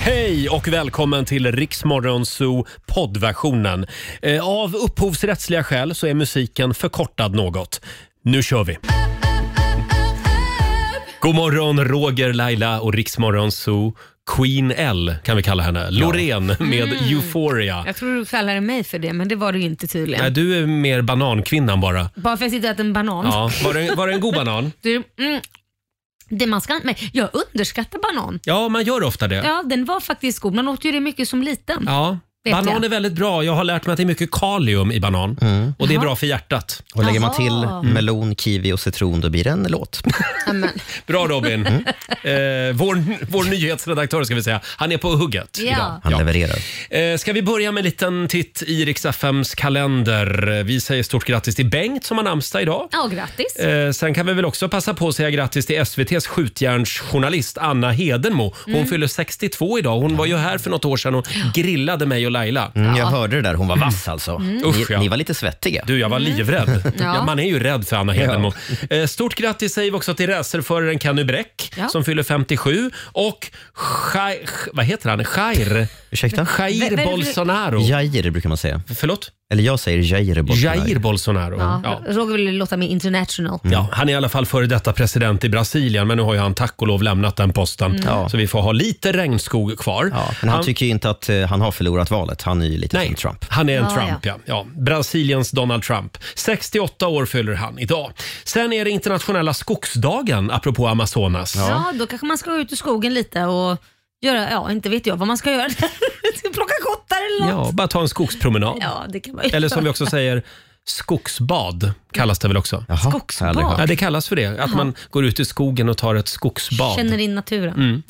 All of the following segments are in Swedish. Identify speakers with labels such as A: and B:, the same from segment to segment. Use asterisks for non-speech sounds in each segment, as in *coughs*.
A: Hej och välkommen till Riksmorgonzoo poddversionen. Eh, Av upphovsrättsliga skäl så är musiken förkortad något. Nu kör vi! God morgon Roger, Laila och Riksmorgonzoo. Queen L kan vi kalla henne. Loreen med Euphoria.
B: Jag tror du kallade mig för det, men det var du ju inte tydligen.
A: Nej, du är mer banankvinnan bara.
B: Bara för att jag sitter och äter en banan.
A: Ja, var, det, var det en god banan?
B: *laughs* Du, mm, det man ska, men jag underskattar banan.
A: Ja, man gör ofta det.
B: Ja, den var faktiskt god. Man åt ju det mycket som liten.
A: Ja.
B: Mm. Vet
A: Banan
B: jag.
A: är väldigt bra. Jag har lärt mig att det är mycket kalium i banan och det är bra för hjärtat.
C: Mm. Och lägger man till Mm.
B: Jaha.
C: melon, kiwi och citron, då blir det en låt.
B: Ja, men,
A: Bra Robin.
C: Mm.
A: Eh, vår, vår nyhetsredaktör ska vi säga. Han är på hugget
B: Ja.
A: idag.
C: Han levererar.
A: Eh, ska vi börja med en liten titt i Rix FMs kalender. Eh, Vi säger stort grattis till Bengt som har namnsdag idag.
B: ja, grattis.
A: Eh, sen kan vi väl också passa på att säga grattis till SVTs skjutjärnsjournalist Anna Hedenmo. Hon
B: Mm.
A: fyller 62 idag. Hon var ju här för något år sedan och grillade mig och Laila. Mm.
C: Mm, jag hörde det där, hon var vass alltså. Ni,
A: Usch, ja.
C: ni var lite svettiga.
A: Du, jag var livrädd.
B: Mm. Ja.
A: Ja, man är ju rädd för Anna Hedenmo. Eh, Stort grattis säger vi också till racerföraren Kenny Bräck
B: Ja.
A: som fyller 57 och Jai- J- vad heter han? Jair,
C: Ursäkta?
B: Vem-
A: Jair
B: vem-
A: Bolsonaro.
C: Jair brukar man säga.
A: Förlåt?
C: Eller jag säger Jair Bolsonaro.
A: Jair Bolsonaro.
B: ja,
A: Ja. Ja.
B: Roger vill låta mig international.
C: Mm.
A: han är i alla fall före detta president i Brasilien men nu har ju han tack och lov lämnat den posten. Så vi får ha lite regnskog kvar.
C: Mm. Ja, men han, tycker ju inte att eh, han har förlorat valet. Han är ju lite
A: Nej,
C: som Trump.
A: han är en
B: Ja,
A: Trump. Ja. Ja. Brasiliens Donald Trump. 68 år fyller han idag. Sen är det internationella skogsdagen, apropå Amazonas.
B: Ja. då kanske man ska gå ut i skogen lite och göra, ja inte vet jag vad man ska göra. Ska Plocka kottar eller något.
A: Ja, bara ta en skogspromenad.
B: *laughs* Ja, det kan man ju.
A: Eller som vi också säger, skogsbad kallas det väl också?
C: Jaha,
B: Skogsbad.
C: jag har aldrig hört.
A: Ja, det kallas för det. Att man går ut i skogen och tar ett skogsbad.
B: Känner in naturen.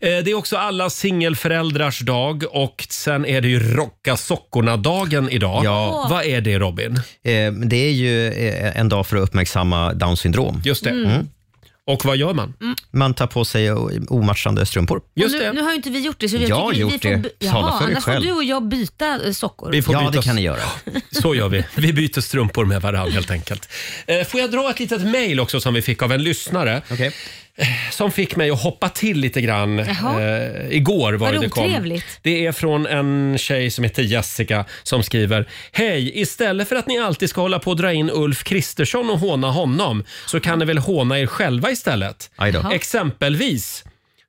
A: Eh, Det är också alla singelföräldrars dag och sen är det ju rocka sockorna-dagen idag.
C: Ja.
A: Vad är det Robin?
C: Eh, men det är ju eh, en dag för att uppmärksamma Downs syndrom. Mm.
A: Just det. Och vad gör man?
C: Man tar på sig o- omatchande strumpor.
B: Mm. Och
A: Just
B: nu, nu
A: det.
B: har ju inte vi gjort det så vi,
C: Jag har
B: vi, vi
C: gjort det.
B: by-
C: Tala
B: Jaha,
C: för dig
B: annars får
C: själv.
B: du och jag byta eh, sockor.
A: Vi får
C: Ja,
A: byta
C: det kan ni göra.
A: *gasps* Så gör vi. Vi byter strumpor med varandra helt enkelt. Eh, Får jag dra ett litet mejl också som vi fick av en lyssnare Eh,
C: Okej.
A: som fick mig att hoppa till lite grann.
B: Jaha.
A: Eh, igår var
B: Vad
A: det det kom.
B: otrevligt.
A: Det är från en tjej som heter Jessica som skriver Hej! Istället för att ni alltid ska hålla på och dra in Ulf Kristersson och håna honom så kan ni väl håna er själva istället?
C: Aj då.
A: Exempelvis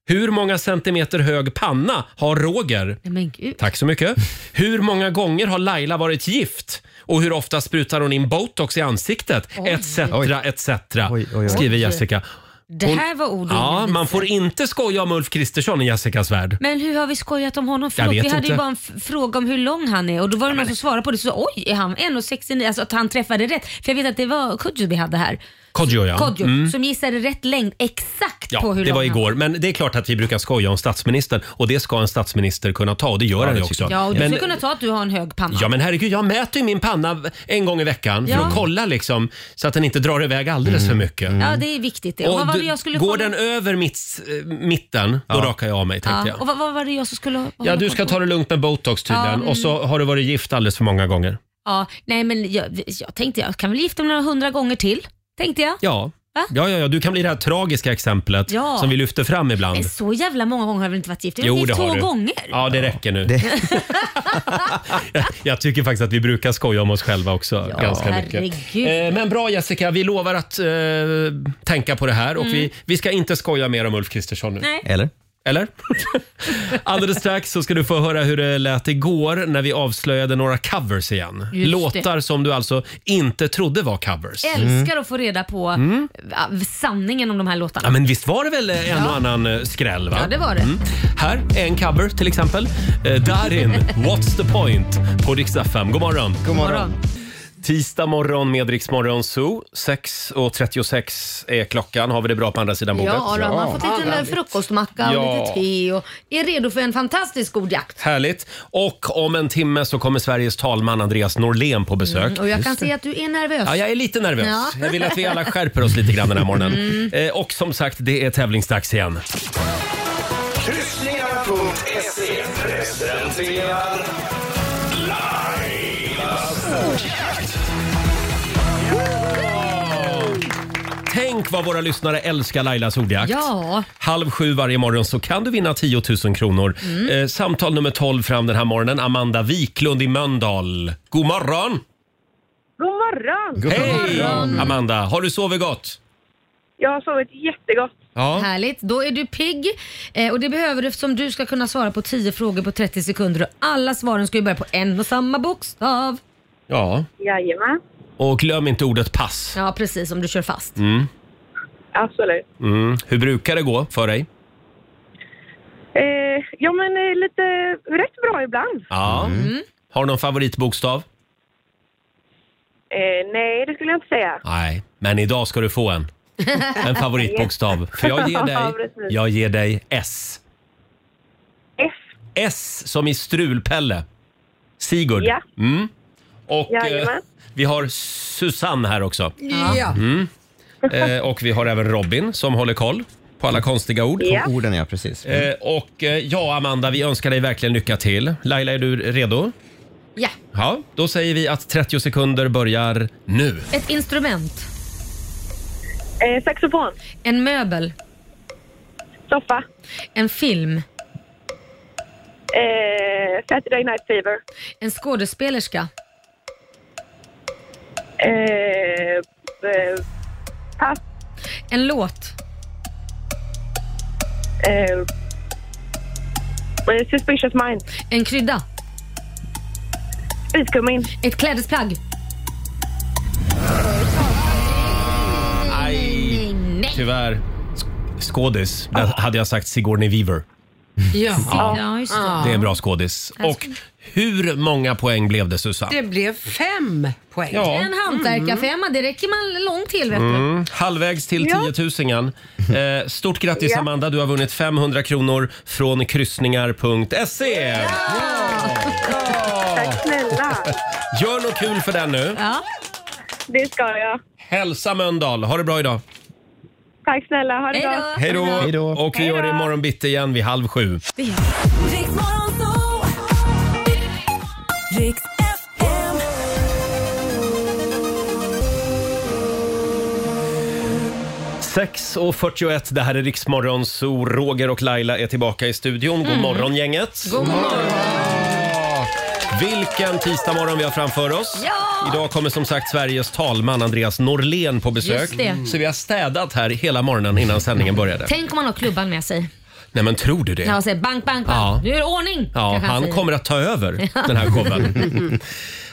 A: hur många centimeter hög panna har Roger?
B: Nej, Men gud.
A: Tack så mycket. Hur många gånger har Laila varit gift? Och hur ofta sprutar hon in botox i ansiktet? Etc, etc.
C: Oj, oj, oj.
A: Skriver Jessica.
B: Det
A: Hon-
B: här var ord och
A: Ja,
B: ingen
A: man
B: visa.
A: får inte skoja om Ulf Kristersson i Jessicas värld.
B: Men hur har vi skojat om honom? Förlåt,
A: vet
B: vi hade
A: inte.
B: ju bara en f- fråga om hur lång han är och då var det någon som svarade på det och sa oj, är han 1,69? Alltså att han träffade rätt. För jag vet att det var Kodjo vi hade här.
A: Kodjo ja. Mm.
B: Kodjo som gissade rätt längd exakt på
A: Ja,
B: hur
A: det
B: lång
A: var
B: han
A: igår. Men det är klart att vi brukar skoja om statsministern och det ska en statsminister kunna ta och det gör han ju
C: det tycker
A: också.
B: Ja, och du
A: men,
B: skulle kunna ta att du har en hög panna.
A: ja, men herregud, jag mäter ju min panna en gång i veckan för
B: Ja.
A: att kolla liksom så att den inte drar iväg alldeles
B: Mm.
A: för mycket.
B: Ja, det är viktigt det.
A: Mm.
B: Och,
A: Och
B: vad var
A: du-
B: det jag skulle
A: går
B: kolla-
A: den över mitt, eh, mitten, då rakar jag av mig tänkte
B: ja.
A: jag.
B: Och vad, vad var det jag som skulle...
A: Ja, du ska ta det lugnt med botox tydligen.
B: Ja, mm.
A: Och så har du varit gift alldeles för många gånger.
B: Ja, nej men jag, jag tänkte jag kan väl gifta mig några hundra gånger till. Tänkte jag.
A: Ja.
B: Va?
A: Ja, ja, ja, du kan bli det här tragiska exemplet
B: Ja.
A: som vi lyfter fram ibland.
B: Men så jävla många gånger har jag väl inte varit gift? Jag har
A: Jo,
B: varit
A: det
B: gift
A: har
B: två
A: du.
B: gånger.
A: Ja, det räcker nu.
B: *laughs*
C: Det-
A: *laughs* jag, jag tycker faktiskt att vi brukar skoja om oss själva också
B: Ja,
A: ganska mycket.
B: herregud.
A: Eh, men bra Jessica, vi lovar att eh, tänka på det här och vi, vi ska inte skoja mer om Ulf Kristersson nu.
B: Mm. Nej.
C: Eller?
B: *laughs*
A: Eller? Alldeles strax så ska du få höra hur det lät igår när vi avslöjade några covers igen.
B: Just det.
A: Låtar som du alltså inte trodde var covers.
B: Älskar att få reda på eh, sanningen om de här låtarna.
A: Mm. Ja, men visst var det väl en och annan eh, skräll? Va? Mm.
B: Ja, det var det.
A: Här är en cover till exempel. Eh,
B: *laughs*
A: Darin, What's the point? På riksdag 5. God morgon!
C: God
B: Morgon.
A: Tisdag morgon med Rix Morgon Zoo. 6.36 är klockan. Har vi det bra på andra sidan bordet?
B: Ja, då har man fått
A: Ja,
B: lite
A: härligt.
B: frukostmacka och
A: Ja.
B: lite te och är redo för en fantastisk god jakt.
A: Härligt. Och om en timme så kommer Sveriges talman Andreas Norlén på besök.
B: Mm, Och jag kan se att du är nervös.
A: Ja, jag är lite nervös.
B: Ja. Mm.
A: Jag vill att vi
B: *laughs*
A: alla skärper oss lite grann den här morgonen. Eh, och som sagt, det är tävlingsdags igen.
D: Kryssningar.se presenterar Lailas ordjakt.
A: Tänk vad våra lyssnare älskar Lailas ordjakt.
B: Ja.
A: Halv sju varje morgon så kan du vinna 10 000 kronor. Eh, samtal nummer 12 fram den här morgonen. Amanda Wiklund i Mölndal. God morgon!
E: God morgon!
A: Hej! Amanda, har du sovit gott?
E: Jag har sovit jättegott.
A: Ja.
B: Härligt. Då är du pigg eh, och det behöver du eftersom du ska kunna svara på 10 frågor på 30 sekunder och alla svaren ska ju börja på en och samma bokstav.
A: ja.
E: Jajamän.
A: Och glöm inte ordet pass.
B: Ja, precis om du kör fast.
E: Absolut.
A: Mm. Hur brukar det gå för dig?
E: Eh, ja, men eh, lite rätt bra ibland.
A: Ja. Har du någon favoritbokstav?
E: Eh, nej, det skulle jag inte säga.
A: Nej, men idag ska du få en. *laughs* En
E: *laughs*
A: favoritbokstav. För jag ger
E: Ja,
A: dig,
E: precis.
A: jag ger dig S.
E: F.
A: S som i strulpelle. Sigurd.
E: Ja.
A: Mm. Och eh,
E: Jajamän.
A: vi har Susanne här också.
B: Ja.
A: Eh, och vi har även Robin som håller koll på alla konstiga ord.
E: Ja.
C: Orden, ja precis. Mm.
A: Eh, och eh, ja, Amanda, vi önskar dig verkligen lycka till. Laila, är du redo?
B: ja.
A: Ja, då säger vi att 30 sekunder börjar nu.
B: Ett instrument.
E: Eh, saxofon.
B: En möbel.
E: Soffa.
B: En film.
E: *laughs* Eh, Saturday Night Fever.
B: En skådespelerska.
E: Eh, eh, pass.
B: En låt.
E: Eh, eh, suspicious Mind.
B: En krydda.
E: Iskummin.
B: Ett klädesplagg.
A: Aj,
B: Nej.
A: tyvärr. Sk- Skådis. Där hade jag sagt Sigourney Weaver.
F: Ja.
B: Ja, just det.
A: Det är en bra skådis. Och hur många poäng blev det, Susanne?
F: Det blev fem poäng.
A: Ja. Mm.
B: En hantverkarfemma, det räcker man långt till. Vet du.
A: Halvvägs till 10 000 eh, Stort grattis
E: Ja.
A: Amanda, du har vunnit 500 kronor från kryssningar.se.
E: Tack snälla.
A: Gör något kul för den nu.
B: Ja.
E: Det ska jag.
A: Hälsa Mölndal, ha det bra idag.
E: Tack snälla. Ha det
B: Hej
E: bra.
B: då!
A: Hej då!
C: Hej då.
A: Och vi gör det imorgon bitti igen vid halv sju.
G: Riks FM.
A: Sex och 41, det här är Riksmorgon, så Roger och Laila är tillbaka i studion.
B: Mm.
A: God morgon gänget! God morgon! Vilken tisdag morgon vi har framför oss.
B: Ja!
A: Idag kommer som sagt Sveriges talman Andreas Norlén på besök.
B: Just det.
A: Så vi har städat här hela morgonen innan sändningen började.
B: Tänk om man har klubban med sig.
A: Nej men tror du det?
B: Ja, och säger bank, bank, bank.
A: Ja.
B: Nu är det ordning!
A: Ja,
B: kanske
A: han
B: säger.
A: kommer att ta
B: *laughs*
A: över den här showen.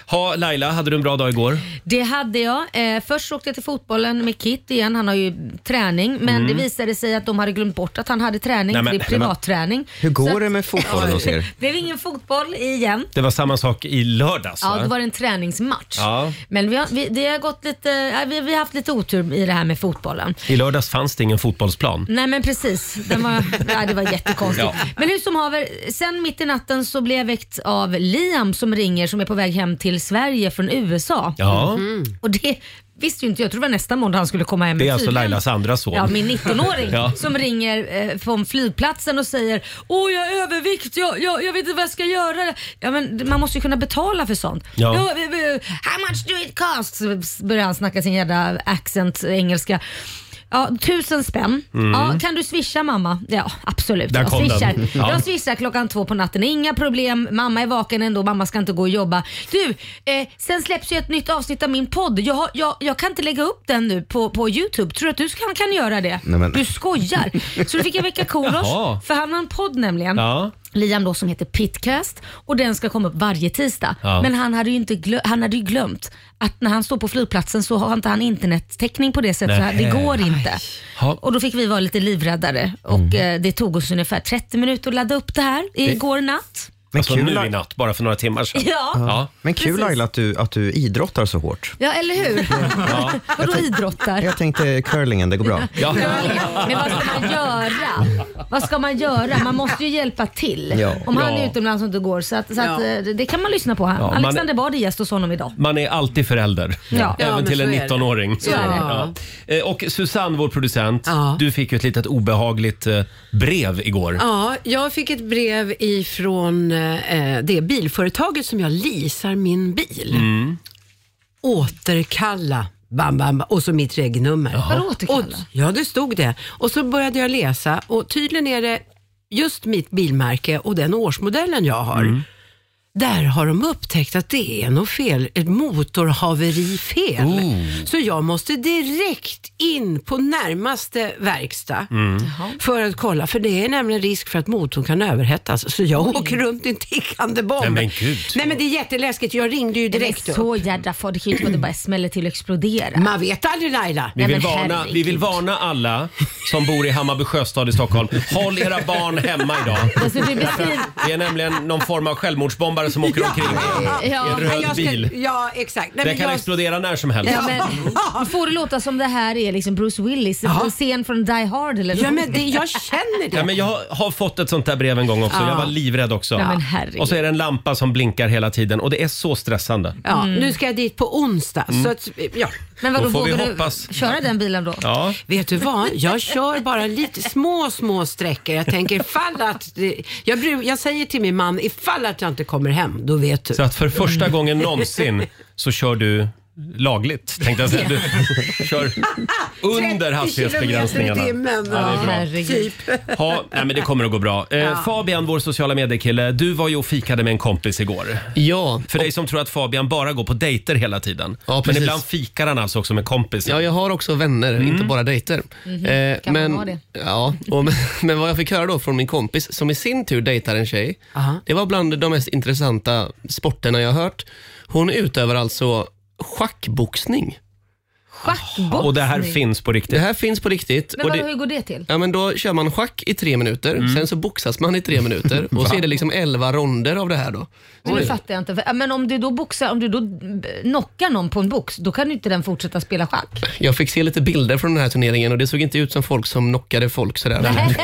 A: ha, Laila, hade du en bra dag igår?
B: Det hade jag. Eh, först åkte jag till fotbollen med Kit igen. Han har ju träning. Men det visade sig att de hade glömt bort att han hade träning.
A: Mm. Nej, men-
B: för det är privatträning.
C: Hur
B: Så
C: går
B: att-
C: det med fotbollen hos er?
B: Det blev ingen fotboll igen.
A: Det var samma sak i lördags
B: Ja,
A: va?
B: det var en träningsmatch.
A: Ja.
B: Men vi har, vi, det har gått lite, ja, vi, vi har haft lite otur i det här med fotbollen.
A: I lördags fanns det ingen fotbollsplan.
B: Nej men precis,
A: *laughs*
B: den var, ja, det var jättekonstigt.
A: Ja.
B: Men hur som haver, sen mitt i natten så blev jag väckt av Liam som ringer som är på väg hem till Sverige från USA.
A: Ja,
B: Och det visste ju inte jag, jag trodde det var nästa måndag han skulle komma hem.
A: det är
B: Men
A: alltså
B: tydligen-
A: Lailas andra son.
B: Ja, min 19-åring
A: *laughs* Ja.
B: som ringer eh, från flygplatsen och säger Åh jag är övervikt, jag, jag, jag vet inte vad jag ska göra. Ja, men man måste ju kunna betala för sånt.
A: Ja.
B: "Ja, eh, eh, How much do it cost? Så börjar han snacka sin jävla accent eh, engelska. Ja, tusen spänn. Ja, kan du swisha mamma? Ja, absolut.
A: Mm. Där
B: jag,
A: kom
B: swishar.
A: den. Ja.
B: jag swishar klockan två på natten. Inga problem. Mamma är vaken ändå. Mamma ska inte gå och jobba. Du, eh, sen släpps ju ett nytt avsnitt av min podd. Jag, har- jag, jag kan inte lägga upp den nu på, på Youtube. Tror du att du kan, kan göra det?
C: Nej, men-
B: Du skojar. Så då fick jag väcka
A: Jaha.
B: Korosh, för han har en podd nämligen.
A: Ja.
B: Liam då som heter Pitcast och den ska komma upp varje tisdag.
A: Ja.
B: Men han hade, ju inte glö- han hade ju glömt att när han står på flygplatsen så har inte han internettäckning på det sättet. Så
A: Nähä.
B: det går inte.
A: Ja.
B: Och då fick vi vara lite livräddare
A: Mhm.
B: och eh, det tog oss ungefär 30 minuter att ladda upp det här igår natt.
C: Men
A: alltså
C: kul
A: nu
C: att-
A: i natt, bara för några timmar sedan.
B: Ja.
A: Ja.
C: Men kul
B: Precis.
C: Laila att du, att du idrottar så hårt.
B: Ja, eller
A: *laughs*
B: hur? Vadå idrottar?
C: Jag tänkte curlingen, det går bra.
A: Ja.
B: Men vad ska man göra? Vad ska man göra? Man måste ju hjälpa till.
C: Ja.
B: Om han
A: Ja.
B: är utomlands och inte går. Så, att, så att,
F: Ja.
B: eh, det kan man lyssna på. här.
A: Ja, man-
B: Alexander Bard är gäst hos honom idag.
A: Man är alltid förälder,
B: Ja.
A: *laughs* även
F: Ja, men
A: till en
F: så är det.
A: 19-åring.
F: Så är det.
A: Eh, Och Susanne, vår producent,
F: Ja.
A: du fick ju ett litet obehagligt eh, brev igår.
F: Ja, jag fick ett brev ifrån eh, det
E: Mm.
A: Mm,
F: bilföretaget som jag leasar min bil. Återkalla Bam, bam, bam. Och så mitt regnummer.
B: Vadå
F: Och,
B: återkalla?
F: ja, det stod det. Och så började jag läsa och tydligen är det just mitt bilmärke och den årsmodellen jag har. Där har de upptäckt att det är något fel, ett motorhaverifel. Så jag måste direkt in på närmaste verkstad
E: Mm.
A: mm.
F: för att kolla, för det är nämligen risk för att motorn kan överhettas. Så jag åker runt i en tickande bomb.
A: Nej, men gud.
F: Nej men det är jätteläskigt, jag ringde ju
B: Det
F: direkt
B: är
F: upp.
B: så jädra farligt. Det kan ju inte vara att det bara smäller till och exploderar.
F: Man vet aldrig Laila.
A: Vi
B: Nej,
A: vill,
B: men
A: varna, vi vill
B: herregud.
A: varna alla som bor i Hammarby sjöstad i Stockholm. Håll era barn hemma idag.
B: Alltså, du beskriver...
A: Det är nämligen någon form av självmordsbombare som åker omkring i
B: Ja.
A: en röd
F: jag ska,
A: bil.
F: ja exakt. Nej,
A: Den
F: men
A: kan
F: jag-
A: explodera när som helst.
B: Ja, men, du får det låta som det här är liksom Bruce Willis, en scen från Die Hard eller
F: Ja,
B: något.
F: men det, jag känner det.
A: Ja, men jag har fått ett sånt där brev en gång också. Jag var livrädd också.
B: Nej, men herregud.
A: och så är det en lampa som blinkar hela tiden och det är så stressande.
F: Ja, Nu ska jag dit på onsdag. Så att, ja.
B: Mm. Men vadå,
A: Mm. Då får vi
B: vågar du
A: hoppas.
B: köra den bilen då?
A: Ja.
F: Vet du vad? Jag kör bara lite små, små sträckor. Jag tänker fall att... det- Jag, bru- jag säger till min man, ifall att jag inte kommer hem, då vet du. Mm.
A: Så att för första gången
F: *laughs*
A: någonsin så kör du lagligt tänkte jag säga. Du kör under
F: 30 kilometer
A: hastighetsbegränsningarna.
F: i timmen. Typ.
A: Ja, det är bra.
B: Herregud.
A: Ja, nej, men det kommer att gå bra. Eh, Fabian, vår sociala mediekille, du var ju och fikade med en kompis igår.
G: Ja,
A: För dig som tror att Fabian bara går på dejter hela tiden.
G: Ja,
A: men
G: precis.
A: ibland fikar han alltså också med Mm. kompisar.
G: ja, jag har också vänner, inte bara dejter. Eh,
B: Mhm. Kan man
G: men,
B: ha det?
G: Ja,
B: *laughs*
G: och, men- men vad jag fick höra då från min kompis, som i sin tur dejtar en tjej,
F: Aha.
G: det var bland de mest intressanta sporterna jag har hört. Hon utövar alltså schackboxning.
B: Schackboxning.
A: Och det här finns på
G: Det
A: riktigt.
G: här finns på riktigt.
B: Men
G: och
B: vadå,
G: det,
B: hur går det till?
G: Ja, men då kör man schack i tre minuter,
A: Mm.
G: sen så boxas man i tre
A: *laughs*
G: minuter och så är det liksom elva ronder av det här då.
B: Men det fattar jag inte. För- ja, Men om du då boxar, om du då eh, knockar någon på en box, då kan ju inte den fortsätta spela schack.
G: Jag fick se lite bilder från den här turneringen och det såg inte ut som folk som knockade folk sådär.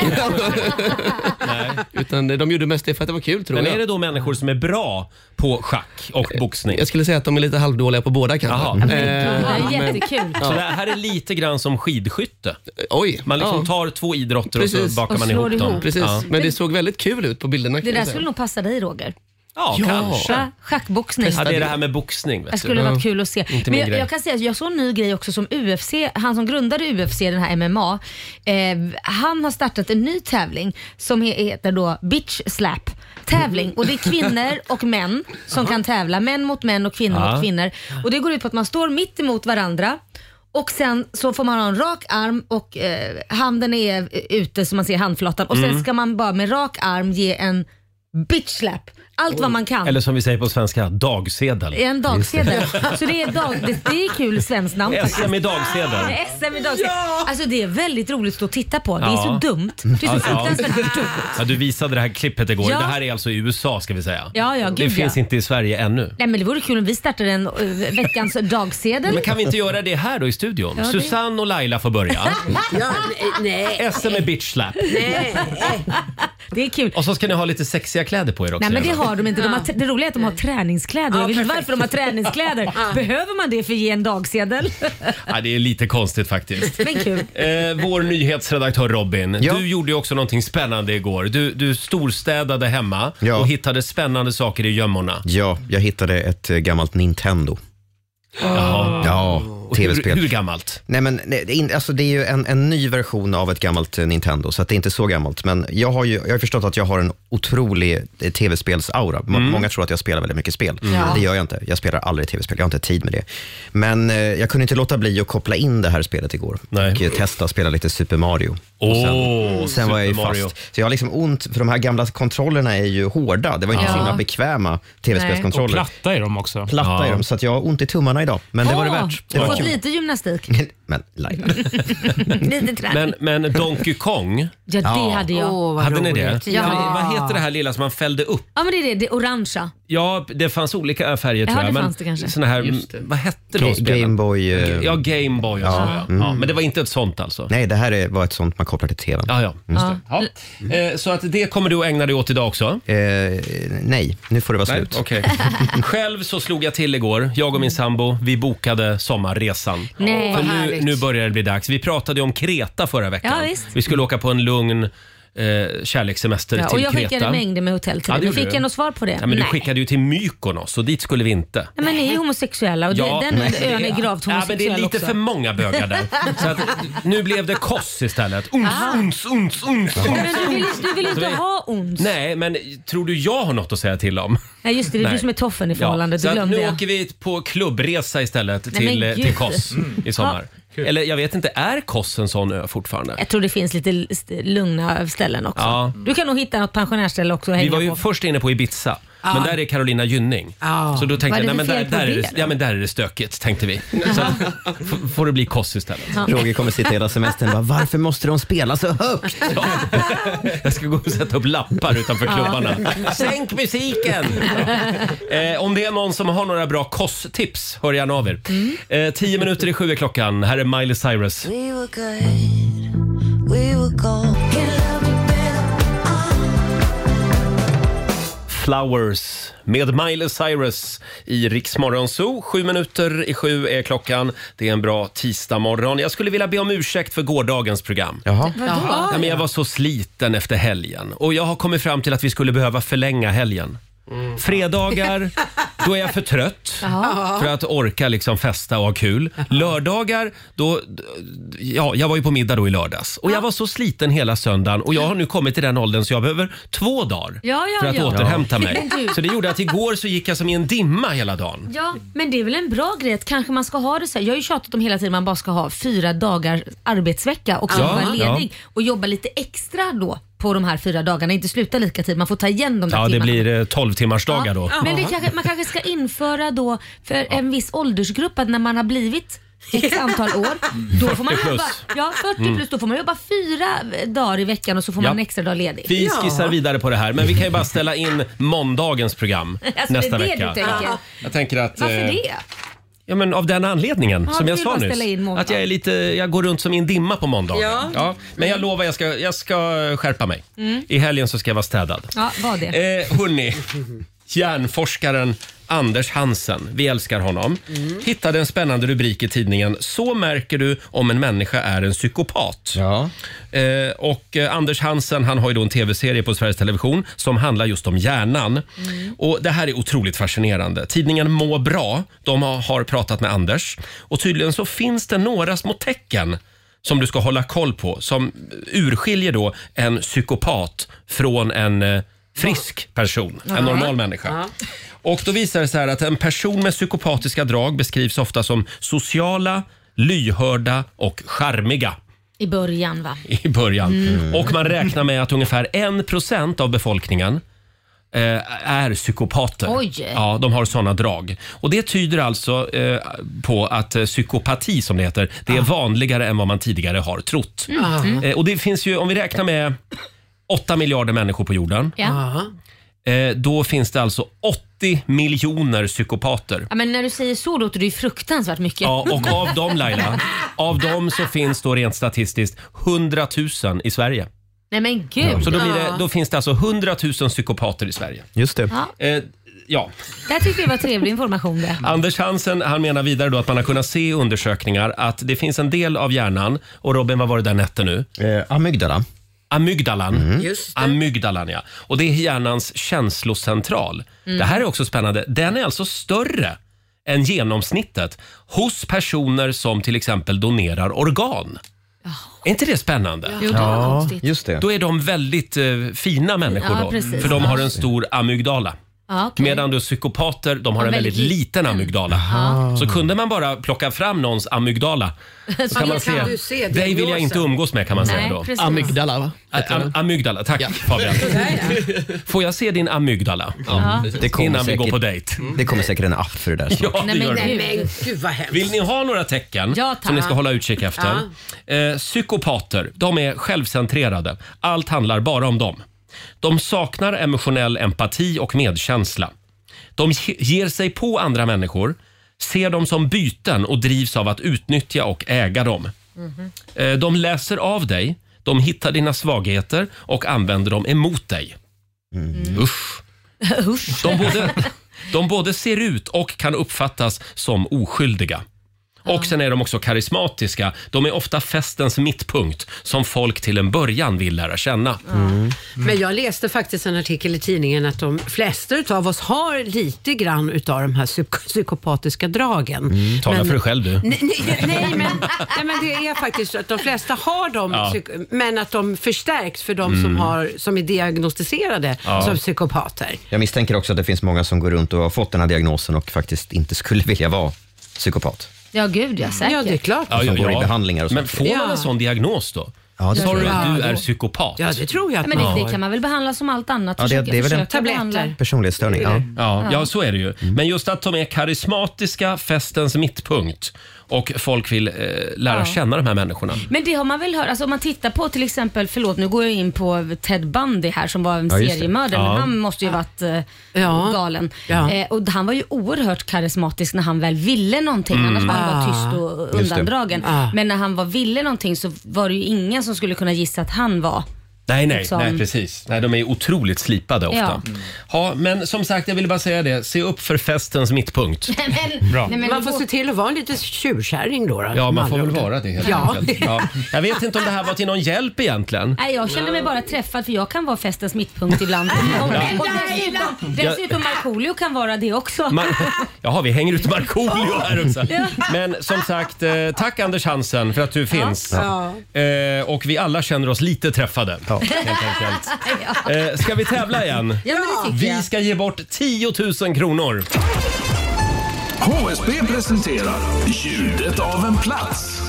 G: *laughs* Utan de gjorde mest det för att det var kul tror
A: Men
G: jag. Eh,
A: är det då människor som är bra på schack och boxning?
G: Jag skulle säga att de är lite halvdåliga på båda
A: *laughs* Jaha.
G: kanske.
B: Det
G: Eh,
B: är jättekul.
A: Så det här är lite grann som skidskytte.
G: Eh, oj,
A: Man liksom
G: ja,
A: tar två idrotter och
G: Precis.
A: så bakar
B: Och
A: man
B: slår
A: ihop, dem.
B: ihop.
G: precis.
A: Ja,
G: Men det såg väldigt kul ut på bilderna. kan
B: Det där
G: jag säga.
B: skulle nog passa dig Roger.
A: ja,
G: Ja.
A: kanske.
B: Va? Schackboxning.
A: Ja, det är det här med boxning.
B: Det
A: Vet du.
B: skulle ha varit kul att se.
A: Inte
B: Men
A: min
B: jag,
A: grej.
B: jag kan säga att jag såg en ny grej också som UFC, han som grundade UFC, den här MMA, eh, han har startat en ny tävling som he- heter då bitch slap tävling och det
A: *laughs*
B: är kvinnor och män som kan tävla, män mot män och kvinnor
A: Ja.
B: mot kvinnor. Och det går ut på att man står mitt emot varandra och sen så får man ha en rak arm och eh, handen är eh, ute så man ser handflatan och
A: Mm.
B: sen ska man bara med rak arm ge en bitch slap, allt vad man kan.
A: Eller som vi säger på svenska, dagsedel.
B: En dagsedel. Så det är, dag, det, det är kul svenskt namn faktiskt.
A: SM i dagsedeln.
B: SM i dagsedel. Alltså det är väldigt roligt att stå och titta på. Det är
A: Ja.
B: så dumt. Det är så
A: Ja, ja.
B: fruktansvärt dumt.
A: *laughs* Ja, du visade det här klippet igår.
B: Ja.
A: Det här är alltså i USA ska vi säga.
B: Ja, ja,
A: det
B: gud
A: finns
B: ja.
A: inte i Sverige ännu.
B: Nej men det vore kul om vi startade en eh, veckans dagsedel.
A: Men kan vi inte göra det här då i studion?
B: det-
A: Susanne och Laila får
B: *laughs*
A: börja.
F: Ja, nej, nej.
A: SM i bitch slap.
B: Det är kul.
A: Och så ska ni ha lite sexiga kläder på er också.
B: Nej men det
A: Eva.
B: har de inte. De har, det roliga är att de har träningskläder. Jag vet inte varför de har träningskläder. Behöver man det för att ge en dagsedel?
A: ja, det är lite konstigt faktiskt.
B: *laughs* Men kul.
A: Eh, vår nyhetsredaktör Robin,
C: Ja.
A: du gjorde ju också någonting spännande igår. Du, du storstädade hemma
C: Ja.
A: och hittade spännande saker i gömmorna.
C: Ja, jag hittade ett eh, gammalt Nintendo.
A: Jaha.
C: Ja,
A: Och Hur,
C: tv-spel.
A: hur gammalt?
C: Nej, men nej, det är in- alltså, det är ju en, en ny version av ett gammalt eh, Nintendo, så att det är inte så gammalt. Men jag har ju jag har förstått att jag har en otrolig eh, tv-spelsaura. Ma-
A: Mm.
C: Många tror att jag spelar väldigt mycket spel. Det gör jag inte. Jag spelar aldrig tv-spel. Jag har inte tid med det. Men eh, jag kunde inte låta bli att koppla in det här spelet igår
A: Nej.
C: och eh, testa att spela lite Super Mario.
A: Åh,
C: Och sen sen var jag ju
A: Super Mario.
C: fast. Så jag har liksom ont, för de här gamla kontrollerna är ju hårda. Det var inte så himla bekväma
H: Och
C: tv-spelskontroller.
H: platta är de också.
C: Platta
A: Ja.
C: är de, så att jag har ont i tummarna idag. Men det var det
B: Åh,
C: värt. Det
B: Du har
C: var
B: fått
C: kul.
B: lite gymnastik.
C: Men Laila.
B: Lite träning.
A: Men, men Donkey Kong,
B: ja det hade jag.
F: Åh, vad
A: hade ni
F: roligt.
A: det?
B: Ja.
A: Vad heter det här lilla som man fällde upp?
B: Ja men det är det, det orangea.
A: Ja, det fanns olika färger tror
B: Ja, det
A: jag.
B: fanns det kanske.
A: Såna här,
G: Just det.
A: Vad hette de spelen?
C: Gameboy. Eh, Mm.
A: Ja, Gameboy och så, ja. ja. Men det var inte ett sånt alltså?
C: Nej, det här är, var ett sånt man kopplar till tvn.
A: Ah, Ja,
B: Mm.
A: ja. Just det. ja. Eh, Så att det kommer du att ägna dig åt idag också?
C: Eh, nej, nu får det vara slut.
B: *laughs*
A: Okej. Själv så slog jag till igår, jag och min sambo. Vi bokade sommarresan.
B: Nej.
A: För
F: Vad
A: nu,
F: härligt.
A: nu börjar det bli dags. Vi pratade ju om Kreta förra veckan.
B: Ja, visst.
A: Vi skulle åka på en lugn eh, kärlekssemester
B: Ja,
A: till
B: och jag
A: typ Kreta.
B: skickade mängder med hotell till
A: Ja,
B: dig.
A: det
B: Men
A: gjorde
B: fick
A: du.
B: jag något svar på det?
A: Ja, men du
B: Nej.
A: skickade ju till Mykonos och dit skulle vi inte.
B: Nej, men ni är homosexuella och
A: Ja.
B: det, den ön är gravt homosexuell
A: Ja, men det är lite
B: också.
A: för många bögar
B: *laughs*
A: där. Så att, nu blev det Koss istället. Uns, uns, uns, uns, uns.
B: Ah. Men du vill, du vill inte ha ont.
A: Nej, men tror du jag har något att säga till om?
B: Mm. Nej just det, det är
A: Nej.
B: du som är toffen i förhållandet.
A: så
B: du
A: att
B: glömde
A: nu
B: det.
A: åker vi på klubbresa istället
B: men
A: till, eh, till
B: gud. Mm.
A: Kos i sommar. Eller jag vet inte, är Kos en sån ö fortfarande?
B: Jag tror det finns lite l- st- lugna ställen också.
A: Ja.
B: Du kan nog hitta något pensionärsställe också att
A: Vi
B: hänga
A: var ju
B: på.
A: först inne på Ibiza, men där är Carolina Gynning.
F: Ja.
A: Så då tänkte
B: Vad är
A: jag,
B: det
A: nej, men
B: för
A: där,
B: fel på
A: där, är det,
B: det då?
A: ja, men där är det stökigt, tänkte vi. Så att, f- får det bli Kos istället.
C: Roger kommer sitta hela semestern och bara, varför måste de spela så högt?
A: *laughs* Jag ska gå och sätta upp lappar utanför klubbarna. Sänk musiken! Eh, om det är någon som har några bra kosttips, hör gärna av er. Eh, tio minuter i sju är klockan. Här är Miley Cyrus.
H: We were good, we were gold. You love me better.
A: Flowers med Miley Cyrus i Rix Morgon Zoo. Sju minuter i sju är klockan. Det är en bra tisdagmorgon. Jag skulle vilja be om ursäkt för gårdagens program.
C: Jaha.
A: Ja, men jag var så sliten efter helgen och jag har kommit fram till att vi skulle behöva förlänga helgen.
C: Mm.
A: Fredagar, då är jag för trött för att orka liksom festa och ha kul. Lördagar, då... Ja, jag var ju på middag då i lördags och jag var så sliten hela söndagen och jag har nu kommit till den åldern så jag behöver två dagar
B: Ja, ja,
A: för att
B: ja.
A: återhämta mig.
B: Men du-
A: Så det gjorde att igår så gick jag som i en dimma hela dagen.
B: Ja, men det är väl en bra grej att kanske man ska ha det så här. Jag har ju tjatat om hela tiden man bara ska ha fyra dagar arbetsvecka och sen
A: Ja,
B: vara
A: ja.
B: ledig och jobba lite extra då på de här fyra dagarna. Inte sluta lika tid, man får ta igen de där
A: Ja, det
B: timmarna.
A: blir 12 timmarsdagar
B: Ja,
A: då.
B: Men det kanske, man kanske ska införa då för en viss åldersgrupp att när man har blivit X
A: *laughs*
B: antal år, då får man
A: 40 plus.
B: jobba, ja, 40 plus, då får man jobba fyra eh, dagar i veckan och så får
A: Mm. Ja.
B: man en extra dag ledig.
A: Vi skissar vidare på det här, men vi kan ju bara ställa in måndagens program
B: *laughs* Alltså,
A: nästa
B: det är det
A: vecka.
B: du tänker.
A: Jag tänker att...
B: Varför
A: eh,
B: det?
A: Ja, men av den anledningen
B: Ja,
A: som
B: du
A: jag
B: vill
A: sa
B: bara
A: nyss.
B: ställa in måndag.
A: Att jag, är lite, jag går runt som i en dimma på måndagen. Ja. men jag lovar, jag ska, jag ska skärpa mig.
B: Mm.
A: I helgen så ska jag vara städad.
B: Ja, vad det?
A: Eh, hörni, hjärnforskaren Anders Hansen, vi älskar honom, hittade en spännande rubrik i tidningen “Så märker du om en människa är en psykopat”.
C: Ja.
A: Eh, och eh, Anders Hansen han har ju då en tv-serie på Sveriges Television som handlar just om hjärnan. Och Det här är otroligt fascinerande. Tidningen Må bra de har, har pratat med Anders och tydligen så finns det några små tecken som du ska hålla koll på som urskiljer då en psykopat från en eh, frisk person, en normal människa. Och då visar det sig här att en person med psykopatiska drag beskrivs ofta som sociala, lyhörda och charmiga
B: I början va?
A: i början. Och man räknar med att ungefär 1% av befolkningen eh, är psykopater.
B: Oj.
A: Ja, de har sådana drag. Och det tyder alltså eh, på att eh, psykopati, som det heter, det är vanligare än vad man tidigare har trott. Eh, och det finns ju, om vi räknar med 8 miljarder människor på jorden,
B: Ja.
F: Ja.
A: eh, då finns det alltså 80 miljoner psykopater.
B: ja, men när du säger så låter det ju fruktansvärt mycket.
A: Ja, och av dem Laila, av dem så finns då rent statistiskt 100 000 i Sverige.
B: *laughs* Nej men gud.
A: Så då, blir det, då finns det alltså 100 000 psykopater i Sverige.
C: Just det.
A: Eh, ja.
B: Där tyckte jag var trevlig information det.
C: Mm.
A: Anders Hansen han menar vidare då att man har kunnat se i undersökningar att det finns en del av hjärnan, och Robin vad var det där nätter nu?
C: Eh, amygdala. Mm.
A: Amygdalan.
F: Just det.
A: Amygdalan ja. Och det är hjärnans känslocentral.
B: Mm.
A: Det här är också spännande. Den är alltså större än genomsnittet hos personer som till exempel donerar organ. Är inte det spännande?
B: Jo, det var konstigt.
C: just det.
A: Då är de väldigt eh, fina människor
B: Ja,
A: då,
B: precis.
A: för de har en stor amygdala.
B: Ja, okej.
A: Medan du psykopater, de har en väldigt
B: väldigt
A: liten amygdala. Så kunde man bara plocka fram någons
B: *laughs*
A: amygdala så kan man
B: vet
A: se,
B: man.
F: Du ser
A: dig vill jag
F: diagnosen."
A: inte umgås med kan man säga
B: Nej,
A: då.
B: precis.
G: Amygdala, va?
A: Ä- am- amygdala, tack
B: *laughs*
A: Fabian. Får jag se din amygdala?
C: Det kommer
A: Innan vi
C: säkert-
A: går på dejt.
C: Det kommer säkert en app för det där.
A: Ja, det
B: Nej,
A: gör det.
B: men, gud.
F: Men gud vad hemskt.
A: Vill ni ha några tecken
B: Ja, tack.
A: som ni ska hålla utkik efter? Eh, psykopater, de är självcentrerade. Allt handlar bara om dem. De saknar emotionell empati och medkänsla. De ge- ger sig på andra människor, ser dem som byten och drivs av att utnyttja och äga dem.
B: Mhm.
A: Eh, de läser av dig, de hittar dina svagheter och använder dem emot dig.
F: Mm.
A: Usch.
B: *laughs* Usch.
A: De både, de både ser ut och kan uppfattas som oskyldiga. Och sen är de också karismatiska. De är ofta festens mittpunkt som folk till en början vill lära känna.
F: Men jag läste faktiskt en artikel i tidningen att de flesta utav oss har lite grann utav de här psyk- psykopatiska dragen.
A: Mm, Tala
F: Men-
A: för dig själv du.
F: Nej, nej, nej, men, nej, men det är faktiskt så att de flesta har dem,
A: Ja. Mm.
F: psyk- men att de förstärks för de som, har, som är diagnostiserade som psykopater.
C: Jag misstänker också att det finns många som går runt och har fått den här diagnosen och faktiskt inte skulle *laughs* vilja vara psykopat.
B: Ja, gud ja. Säkert.
F: Ja, det är klart.
C: Som går i behandlingar och
A: Men
C: sånt.
A: får man
F: Ja.
A: en sån diagnos då?
C: Ja, det
A: Sa
C: tror
A: du
C: jag.
A: att du
F: Ja,
A: är
F: då-
A: psykopat?
F: Ja, det tror jag att
B: Men
F: man
B: det, det
F: har.
B: kan man väl behandla som allt annat?
C: Ja, det-
B: Försöka-
C: det är väl en-
B: försöka
F: Tabletter.
B: behandla.
C: Personlighetsstörning, ja.
A: Ja, ja, så är det ju. Men just att de är karismatiska, festens mittpunkt och folk vill eh, lära
B: Ja.
A: känna de här människorna.
B: Men det har man väl hört, alltså om man tittar på till exempel, förlåt nu går jag in på Ted Bundy här som var en
C: just det.
B: seriemördare,
A: Ja.
B: men han måste ju varit eh,
F: Ja.
B: galen.
F: Ja.
B: Eh, och han var ju oerhört karismatisk när han väl ville någonting, annars var han bara
F: Ah.
B: tyst och
C: Mm. Just det.
B: undandragen.
F: Ah.
B: Men när han var ville någonting så var det ju ingen som skulle kunna gissa att han var.
A: Nej, nej,
B: Liksom.
A: nej, precis. Nej, de är otroligt slipade ofta. Ja.
B: Ja.
A: men som sagt, jag ville bara säga det. Se upp för festens
B: *laughs*
A: mittpunkt.
B: men,
A: Bra.
B: Nej, men,
F: Man får se till att vara en liten tjurkärring då. då
A: Ja,
F: med
A: man får
F: andra
A: väl
F: ord.
A: vara det helt
F: Ja.
A: enkelt. Ja. Jag vet inte om det här var till någon hjälp egentligen.
B: Nej, jag kände mig bara träffad för jag kan vara festens mittpunkt
C: *laughs*
B: ibland. Och, och dessutom, dessutom Markoolio kan vara det också. *laughs*
A: Man, jaha, vi hänger ut Markoolio här också. Men som sagt, eh, tack Anders Hansen för att du finns. Eh, och vi alla känner oss lite träffade. *laughs* Helt
B: *laughs*
A: enkelt. Eh, ska vi tävla igen?
B: Ja, men det tycker
A: Vi
B: jag.
A: ska ge bort 10 000 kronor.
D: HSB presenterar Ljudet av en plats.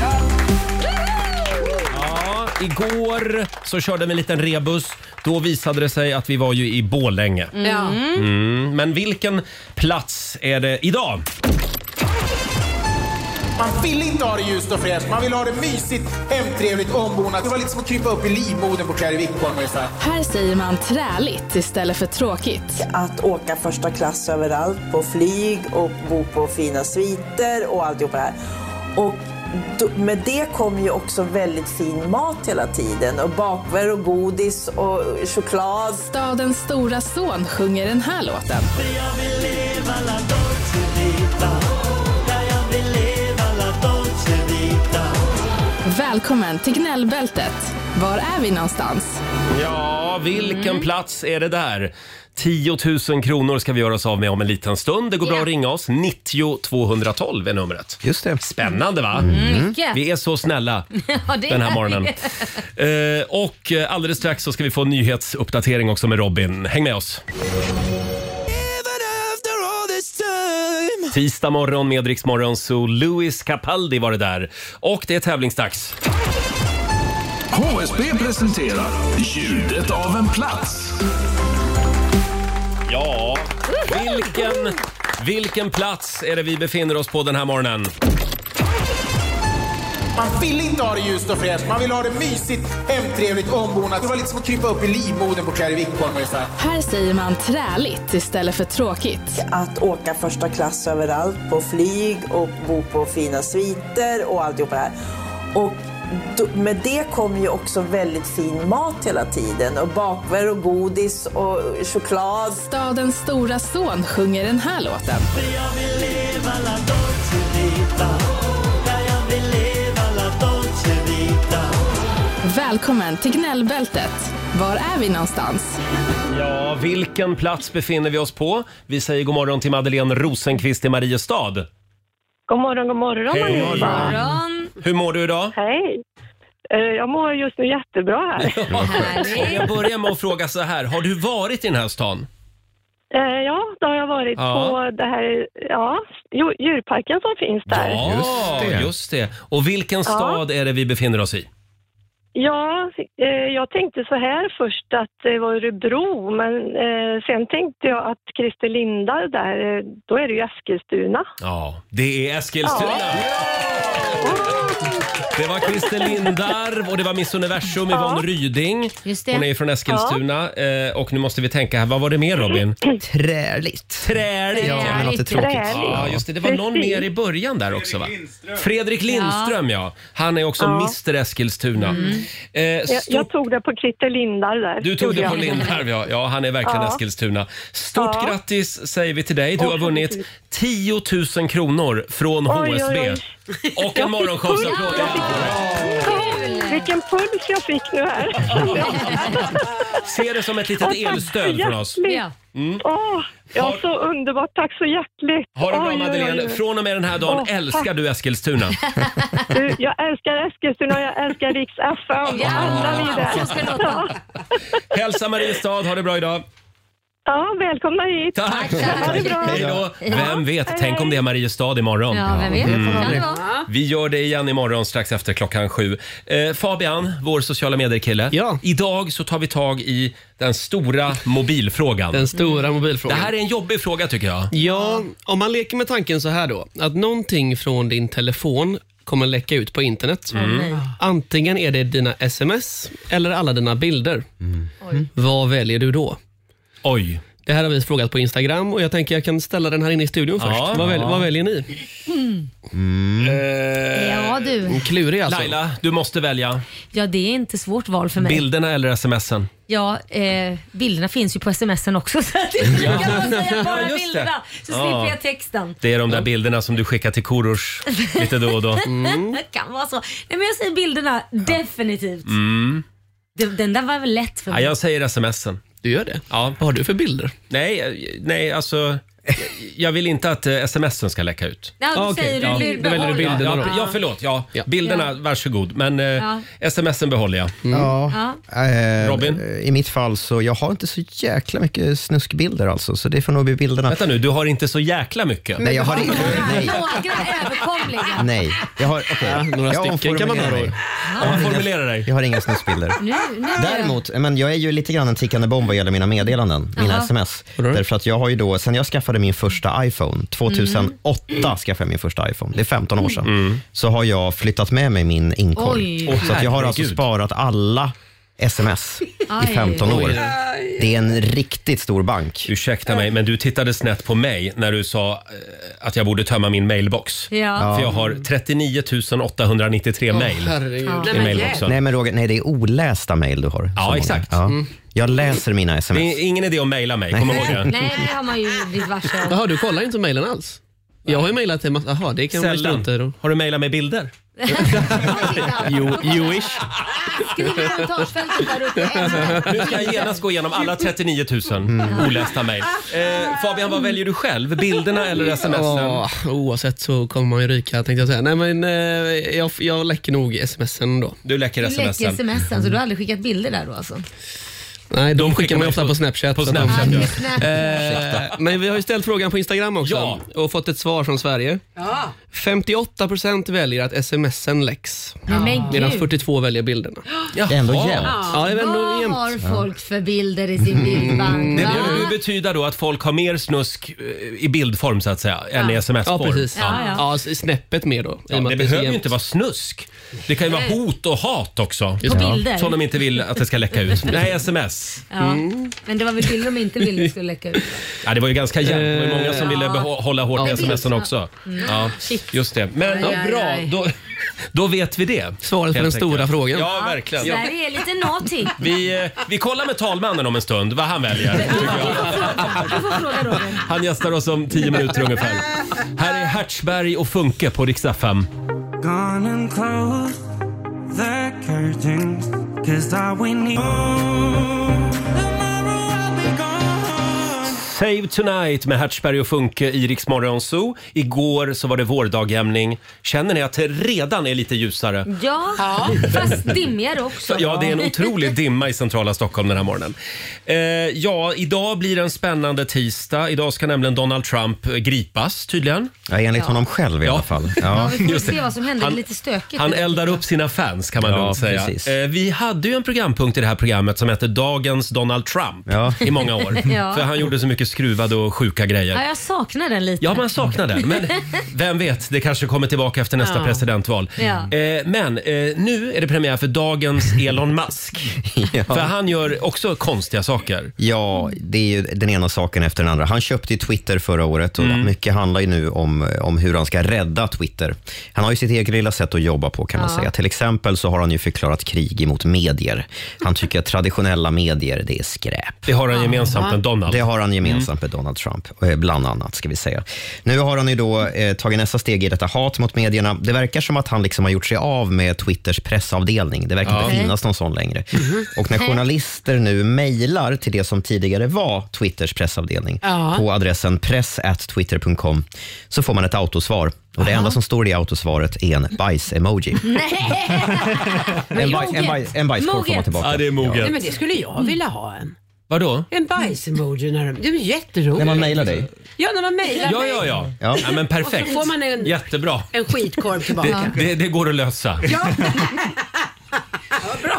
A: Ja, igår så körde vi en liten rebus. Då visade det sig att vi var ju i Borlänge.
F: Ja.
A: Mm, men vilken plats är det idag?
I: Man vill inte ha det ljust och fräscht, man vill ha det mysigt, hemtrevligt, ombonat. Det var lite som att krypa upp i livmodern på Clary Wickholm ungefär.
J: Här säger man träligt istället för tråkigt.
K: Att åka första klass överallt på flyg och bo på fina sviter och alltihop det här. Och då, med det kommer ju också väldigt fin mat hela tiden och bakverk och godis och choklad.
J: Stadens stora son sjunger den här låten. Välkommen till gnällbältet. Var är vi någonstans?
A: Ja, vilken plats är det där? 10 000 kronor ska vi göra oss av med om en liten stund. Det går bra att ringa oss. 90 212 är numret.
C: Just det. Mm.
A: Spännande va?
B: Mycket.
A: Vi är så snälla
B: Ja, det
A: den här
B: är-
A: morgonen. Eh, och eh, alldeles strax så ska vi få en nyhetsuppdatering också med Robin. Häng med oss. Tisdag morgon med Rix Morgon, så Louis Capaldi var det där. Och det är tävlingsdags.
D: HSB presenterar Ljudet av en plats.
A: Ja, vilken, vilken plats är det vi befinner oss på den här morgonen?
I: Man vill inte ha det ljust och fräscht, man vill ha det mysigt, hemtrevligt, ombonat. Det var lite som att krypa upp i livmodern på Clary Wickholm ungefär.
J: Här säger man träligt istället för tråkigt.
K: Att åka första klass överallt på flyg och bo på fina sviter och alltihop det här. Och då, med det kommer ju också väldigt fin mat hela tiden och bakverk och godis och choklad.
J: Stadens stora son sjunger den här låten. Välkommen till gnällbältet. Var är vi någonstans?
A: Ja, vilken plats befinner vi oss på? Vi säger god morgon till Madeleine Rosenqvist i Mariestad.
E: God morgon, god morgon
A: Hej.
E: allihopa.
B: Morgon.
A: Hur mår du idag?
E: Hej. Eh, Jag mår just nu jättebra här.
A: Om jag börjar med att fråga så här, har du varit i den här stan?
E: Eh, Ja, då har jag varit
A: Ja.
E: på det här, ja, djur- djurparken som finns där. Ja,
A: Ja,
C: Just det.
A: just det. Och vilken stad är det vi befinner oss i?
E: eh, jag tänkte så här först att det var Örebro, men eh, sen tänkte jag att Christer Linda där, eh, då
A: Eh,
E: är det ju Eskilstuna.
A: Ja, det är Eskilstuna. Det var Christer Lindarw och det var Miss Universum,
B: Ja.
A: Yvonne Ryding.
B: Just det.
A: Hon är från Eskilstuna. Eh, Och nu måste vi tänka här, vad var det mer Robin?
C: Träligt.
A: Träligt.
C: Ja, men något är tråkigt. Träligt.
A: Ja, just det. Det var någon
C: Precis.
A: mer i början där också va? Fredrik Lindström, ja. Han är också
E: Ja.
A: Mr Eskilstuna. Eh,
E: Jag,
A: stort-
E: jag tog det på Christer Lindarw där.
A: Du tog
E: Gjorde
A: det
E: jag.
A: på Lindharv, ja. ja. Han är verkligen
E: Ja.
A: Eskilstuna. Stort
E: Ja.
A: grattis säger vi till dig. Du
E: Åh,
A: har vunnit 10 000 kronor från
E: Oj, oj,
A: HSB.
E: oj.
A: Och en morgonshowsapplåd.
E: Ja, Vilken puls jag fick nu här.
A: Se det som ett
E: Åh,
A: litet
E: tack så
A: elstöd från oss.
E: hjärtligt.
A: Mm.
E: Åh, ja, så underbart. Tack så hjärtligt.
A: Ha det bra
E: Oj, oj, oj, oj.
A: Madeleine. Från och med den här dagen
E: Åh,
A: älskar
E: tack.
A: du Eskilstuna.
E: Du, jag älskar Eskilstuna och jag älskar Riks FM.
A: Ja,
E: Alla vi där.
A: så ska det
E: Ja.
A: Hälsa Mariestad, ha det bra idag.
E: Ja, välkomna hit.
A: Tack.
E: Ha det bra.
A: Hej då. Vem vet,
E: hej,
A: tänk om det är Mariestad imorgon. Mm.
B: Ja, vem vet.
E: Mm.
B: Kan det vara.
A: Vi gör det igen imorgon strax efter klockan sju. Eh, Fabian, vår sociala medier-kille. Idag så tar vi tag i den stora mobilfrågan.
G: Den stora mobilfrågan.
A: Det här är en jobbig fråga tycker jag.
G: Ja, om man leker med tanken så här då. Att någonting från din telefon kommer läcka ut på internet.
A: Mm. nej.
G: Antingen är det dina sms eller alla dina bilder. Vad väljer du då?
A: Oj.
G: Det här har vi frågat på Instagram och jag tänker jag kan ställa den här inne i studion först.
A: Ja.
G: Vad, väl,
A: Ja.
G: vad väljer ni?
B: Mm.
G: Eh,
B: Ja, du.
G: Klurig alltså.
A: Laila, du måste välja.
B: Ja, det är inte svårt val för mig.
A: Bilderna eller sms'en?
B: Ja, eh, bilderna finns ju på smsen också. Så att jag kan bara säga bara
A: Ja, just det.
B: bilderna, så
A: Ja.
B: slipper jag texten.
A: Det är de där bilderna som du skickar till Korosh lite då och då.
G: Mm.
B: det *laughs* kan vara så. Nej, men jag säger bilderna, definitivt.
A: Mm.
B: Den den där var väl lätt för
A: Ja,
B: mig.
A: jag säger sms'en.
G: Mm. Du gör det?
A: Ja.
G: Vad har du för bilder?
A: Nej, eh, nej alltså... Jag vill inte att eh, sms'en ska läcka ut.
B: Ja, då säger du bild-
G: då väljer Ah, du
A: Ja,
G: bilderna
A: ja,
G: då.
A: ja, förlåt. Ja. Bilderna,
B: Ja.
A: varsågod. Men
B: Ja.
A: eh, sms'en behåller jag.
C: Mm.
G: Mm.
C: Ja.
B: Ja.
C: Eh,
A: Mm. Robin?
C: I mitt fall så jag har inte så jäkla mycket snuskbilder alltså, så det får nog bli bilderna.
A: Vänta nu, du har inte så jäkla mycket.
C: Nej, jag har inte. Nej.
B: Några överkomliga.
C: Nej, jag har,
A: *laughs*
C: okej.
G: några
C: jag
G: stycken kan man
C: omformulerar
G: ha då.
C: mig.
A: Ja, Omformulera dig.
C: Jag har inga snuskbilder.
B: Nu, nu
C: Däremot, men jag är ju lite grann en tickande bomb vad gäller mina meddelanden, mina
B: Jaha.
C: sms. Därför att jag har ju då, sen jag skaffade min första iPhone, 2008 skaffade jag min första iPhone, det är 15 år sedan,
A: Mm.
C: så har jag flyttat med mig min inkorg.
A: Oj.
C: så att jag har alltså
A: Herregud.
C: sparat alla sms
B: Aj.
C: i 15 år.
A: Oj.
C: Det är en riktigt stor bank.
A: Ursäkta mig, men du tittade snett på mig när du sa eh, att jag borde tömma min mailbox.
B: Ja.
A: För jag har 39 893 mail.
G: Herregud.
A: I mailboxen.
C: Nej men Roger, nej, det är olästa mejl du har. så många.
A: exakt. Mm.
C: Ja. Jag läser mina
A: Det
C: sms.
A: är ingen idé att
G: *laughs*
A: mejla mig, kom ihåg det.
B: Nej, det har man ju blivit varse om.
G: Jaha, du kollar inte mejlen alls? Jag har ju mejlat till en massa... Jaha, det kan man ju
A: Sällan.
G: strunta i då.
A: Har du mejlat med
B: *laughs*
A: bilder?
G: You, you wish.
B: Skriv i kommentarsfältet där uppe.
A: Nu ska jag genast gå igenom alla 39 000 olästa mejl. Eh, Fabian, vad väljer du själv? Bilderna eller sms'en?
G: Ja, oavsett så kommer man ju ryka tänkte jag säga. Nej men eh, jag, jag läcker nog sms'en då.
A: Du läcker
B: Du läcker
A: sms'en.
B: smsen, så du har aldrig skickat bilder där då alltså?
G: Nej, de, skickar
A: skickar
G: man
A: man
G: ju ofta
A: på-
G: på, Snapchat.
A: på
G: så att-
A: Snapchat,
B: Ja,
G: Eh, men vi har ju ställt frågan på Instagram också
A: Ja.
G: och fått ett svar från Sverige. 58% väljer att sms'en läcks.
B: Nej, men
G: Medan
B: gud.
G: 42 väljer bilderna.
C: Det är ändå
A: Jaha.
C: jämnt.
G: Ja, jag vet nog
B: Vad
G: jämt.
B: har folk för bilder i
A: Mm.
B: sin bildbank?
A: Det
B: va?
A: borde ju betyda då att folk har mer snusk eh, i bildform så att säga, än i
G: Ja,
A: sms-form.
G: precis.
B: Ja, ja.
G: Ja, s- snäppet mer då. i och
A: Ja,
G: med
A: det
G: att är så
A: behöver ju
G: jämnt.
A: inte vara snusk. Det kan ju vara hot och hat också.
B: På bilder?
A: Som de inte vill att det ska läcka
G: *laughs*
A: ut. Nej, sms.
B: Ja.
A: Mm.
B: Men det var väl bilder de inte ville skulle läcka ut?
A: Ja, det var ju ganska jämnt. Det var ju många som ville behå- hålla hårt med
G: Ja.
A: smsen också. Ja, just det. Men ja,
B: aj,
A: bra,
B: aj.
A: då, då vet vi det.
G: Svaret på
A: Helt
G: den stora
A: enkelt.
G: frågan.
A: Ja, verkligen.
B: Sverige är lite naughty.
A: Vi, eh, vi kollar med talmannen om en stund vad han väljer.
B: Du får fråga Roger.
A: Han gästar oss om tio minuter ungefär. Här är Hertzberg och Funke på riksdag 5.
L: Gone and close the curtains Cause I we need
A: Save Tonight med Hertzberg och Funke i Rix Morgon Zoo. Igår så var det vårdagjämning. Känner ni att det redan är lite ljusare?
B: Ja, fast dimmigare också.
A: Ja, det är en otrolig dimma i centrala Stockholm den här morgonen. Eh, ja, idag blir det en spännande tisdag. Idag ska nämligen Donald Trump eh, gripas tydligen.
C: Ja, enligt honom själv i
A: *laughs*
C: alla fall. Ja.
B: Vi får
A: Just det.
B: se vad som händer. Det är lite stökigt.
A: Han eldar upp sina fans kan man
C: Ja,
A: lugnt säga.
C: precis.
A: Eh, vi hade ju en programpunkt i det här programmet som hette Dagens Donald Trump
C: Ja.
A: i många år.
B: *laughs* Ja.
A: För han gjorde så mycket mycket skruvade och sjuka
B: Ja,
A: grejer.
B: jag saknar den lite.
A: Ja, man saknar den.
B: *laughs*
A: Men vem vet, det kanske kommer tillbaka efter nästa
B: Ja.
A: presidentval.
B: Ja.
A: Eh, men eh, nu är det premiär för
F: *laughs*
A: dagens Elon Musk. För han gör också konstiga saker.
C: Ja, det är ju den ena saken efter den andra. Han köpte ju Twitter förra året och
A: Mm.
C: mycket handlar ju nu om, om hur han ska rädda Twitter. Han har ju sitt eget lilla sätt att jobba på kan man
M: Ja.
C: säga. Till exempel så har han ju förklarat krig mot medier. Han tycker att traditionella medier, det är skräp.
A: Det har han gemensamt med Donald. Mm.
C: Det har han gemensamt med Donald Trump, eh, bland annat ska vi säga. Nu har han ju då eh, tagit nästa steg i detta hat mot medierna. Det verkar som att han liksom har gjort sig av med Twitters pressavdelning. Det verkar
M: Ja.
C: inte finnas någon sån längre.
A: Mm.
C: Och när
M: Nej.
C: journalister nu mejlar till det som tidigare var Twitters pressavdelning
M: Ja.
C: på adressen press@twitter.com så får man ett autosvar. Och Det enda som står i autosvaret är en bajs-emoji.
E: *laughs*
C: En, baj, en, baj, en bajskorv får man tillbaka.
A: Ja, det är
F: Nej, men det skulle jag vilja ha en.
A: Vadå?
F: En bajs-emoji. när de- Det är ju jätteroligt.
C: När man mejlar dig?
F: Ja, när man mejlar
A: Ja,
F: mig.
A: ja, ja. ja. men perfekt.
F: Och så får man en-
A: Jättebra.
F: En skitkorv
A: Det,
F: tillbaka.
A: det, det går att lösa.
F: Ja. *laughs*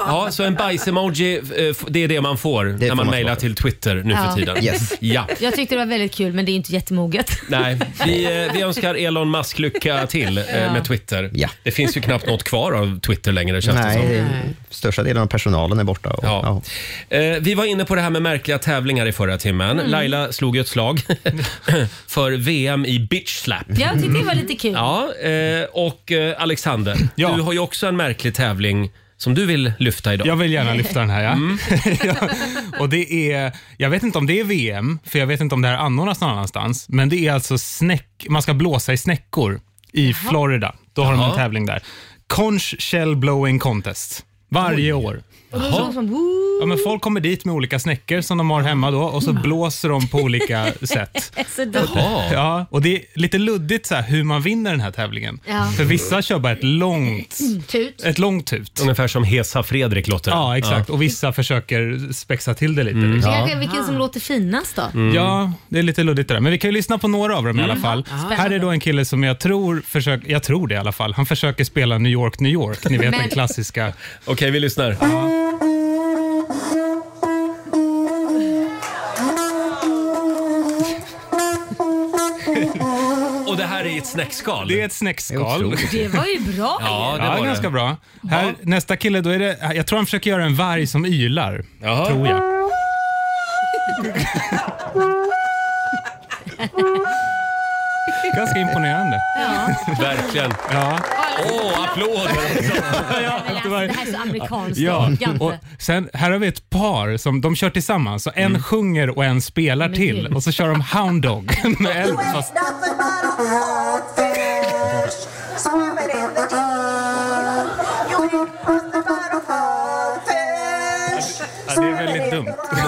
A: Ja, så en bajs-emoji, eh, f- det är det man får när man, mejlar till Twitter nu
B: Ja.
A: för tiden.
B: Yes.
A: Ja.
B: Jag tyckte det var väldigt kul men det är inte jättemoget.
A: Nej, vi, eh,
B: *laughs*
A: vi önskar Elon Musk lycka till eh,
B: Ja.
A: med Twitter. Det finns ju knappt något kvar av Twitter längre känns det som.
C: Nej, största delen av personalen är borta. Och, ja.
A: Eh, vi var inne på det här med märkliga tävlingar i förra timmen.
B: Mm.
A: Laila slog ju ett slag *laughs* för VM i bitch slap.
B: Jag tyckte det var lite kul.
A: Ja, eh, och eh, Alexander, du har ju också en märklig tävling som du vill lyfta idag.
N: Jag vill gärna lyfta den här. Ja.
A: Mm.
N: *laughs* Ja, och det är, jag vet inte om det är VM, för jag vet inte om det här anordnas någon annanstans. Men det är alltså snäck, man ska blåsa i snäckor i Florida. Då har de
A: Jaha.
N: en tävling där. Conch Shell Blowing Contest. Varje år.
B: Och då såg som, "Woo!"
N: Ja, men folk kommer dit med olika snäckor som de har hemma då och så
A: Mm.
N: blåser de
A: *laughs*
N: på olika
B: *laughs*
N: sätt.
B: Så dumt.
N: Ja, och det är lite luddigt så här hur man vinner den här tävlingen.
B: Ja.
N: För vissa kör bara ett långt
B: Mm, Tut.
N: ett långt ut.
A: Ungefär som Hesa Fredrik låter det.
N: Ja, exakt.
A: Ja. Mm.
N: Och vissa försöker spexa till det lite.
B: Så
N: liksom.
B: kanske vilken som låter finast då?
N: Ja, det är lite luddigt det där. Men vi kan ju lyssna på några av dem i
B: Mm.
N: alla fall.
B: Spännande.
N: Här är då en kille som jag tror försöker, jag tror det i alla fall, han försöker spela New York, New York. Ni vet
B: Men-
N: den klassiska.
A: Okej, vi lyssnar.
B: *laughs*
A: Och det här är ett snäckskal?
N: Det är ett snäckskal.
B: Det var ju bra
N: Ja,
B: ju.
N: det var ganska bra. Här, nästa kille, då är det, jag tror han försöker göra en varg som ylar. Tror jag. Ganska imponerande.
B: Ja.
A: *laughs* Verkligen.
N: Ja.
A: Åh, applåder!
N: Ja,
B: Men alltså,
N: det var-
B: det här är så amerikanskt.
N: Ja,
B: Jag inte.
N: och sen här har vi ett par som de kör tillsammans. Så en sjunger och en spelar till och så kör de
B: *laughs*
N: Hound Dog med eld fast Ja, det är väldigt dumt.
A: Ja,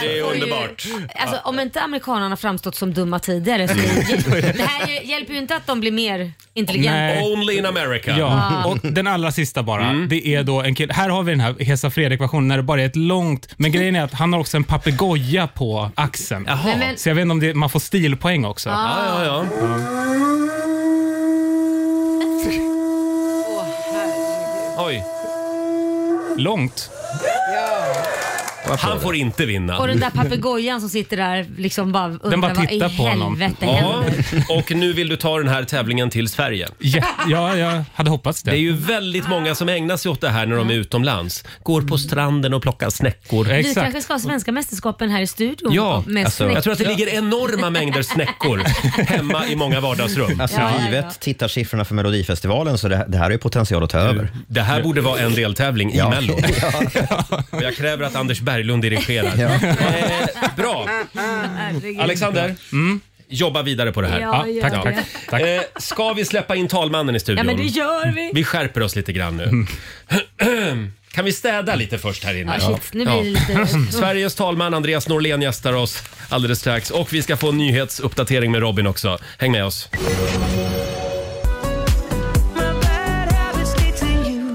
A: det är underbart.
B: Alltså, om inte amerikanerna framstått som dumma tidigare
A: *laughs*
B: så det, det här ju- hjälper ju inte att de blir mer intelligenta.
A: Only in America. Mm.
N: Ja,
B: Ah.
N: och den allra sista bara. Det är då en kille. Här har vi den här Hesa Fredrik-versionen när det bara är ett långt... Men grejen är att han har också en papegoja på axeln.
B: Nej, men-
N: Så jag vet inte om det, man får stilpoäng också.
B: Ah. Ja,
A: ja, Oj.
N: Långt.
A: Han får inte vinna.
B: Och den där papegojan som sitter där liksom bara undrar
A: Den bara tittar
B: vad i
A: på honom. Ja,
B: helvete händer?
A: *laughs* och nu vill du ta den här tävlingen till Sverige.
N: Ja, ja, jag hade hoppats det.
A: Det är ju väldigt många som ägnar sig åt det här när de är utomlands. Går på stranden och plockar snäckor.
B: Vi kanske ska ha svenska mästerskapen här i studion.
A: Ja,
B: med
A: alltså, jag tror att det
B: snäck-
A: ligger enorma mängder snäckor
B: *laughs*
A: hemma i många vardagsrum.
C: Alltså,
B: Ja, ja, ja.
C: givet tittarsiffrorna för Melodifestivalen så det, det här är ju potential att ta över.
A: Det här borde vara en deltävling i
C: Ja.
A: Mello. Och jag kräver att Anders Berglund dirigerar. Eh, bra!
B: Herregud.
A: Alexander, Mm. jobba vidare på det här.
B: Ja, gör det.
A: Eh, ska vi släppa in talmannen i studion?
B: Ja men det gör vi. Mm.
A: Vi skärper oss lite grann nu. *clears throat* Kan vi städa lite först här inne?
B: Ja, shit, nu blir det
A: *clears throat*
B: lite-
A: Sveriges talman Andreas Norlén gästar oss alldeles strax och vi ska få en nyhetsuppdatering med Robin också. Häng med oss.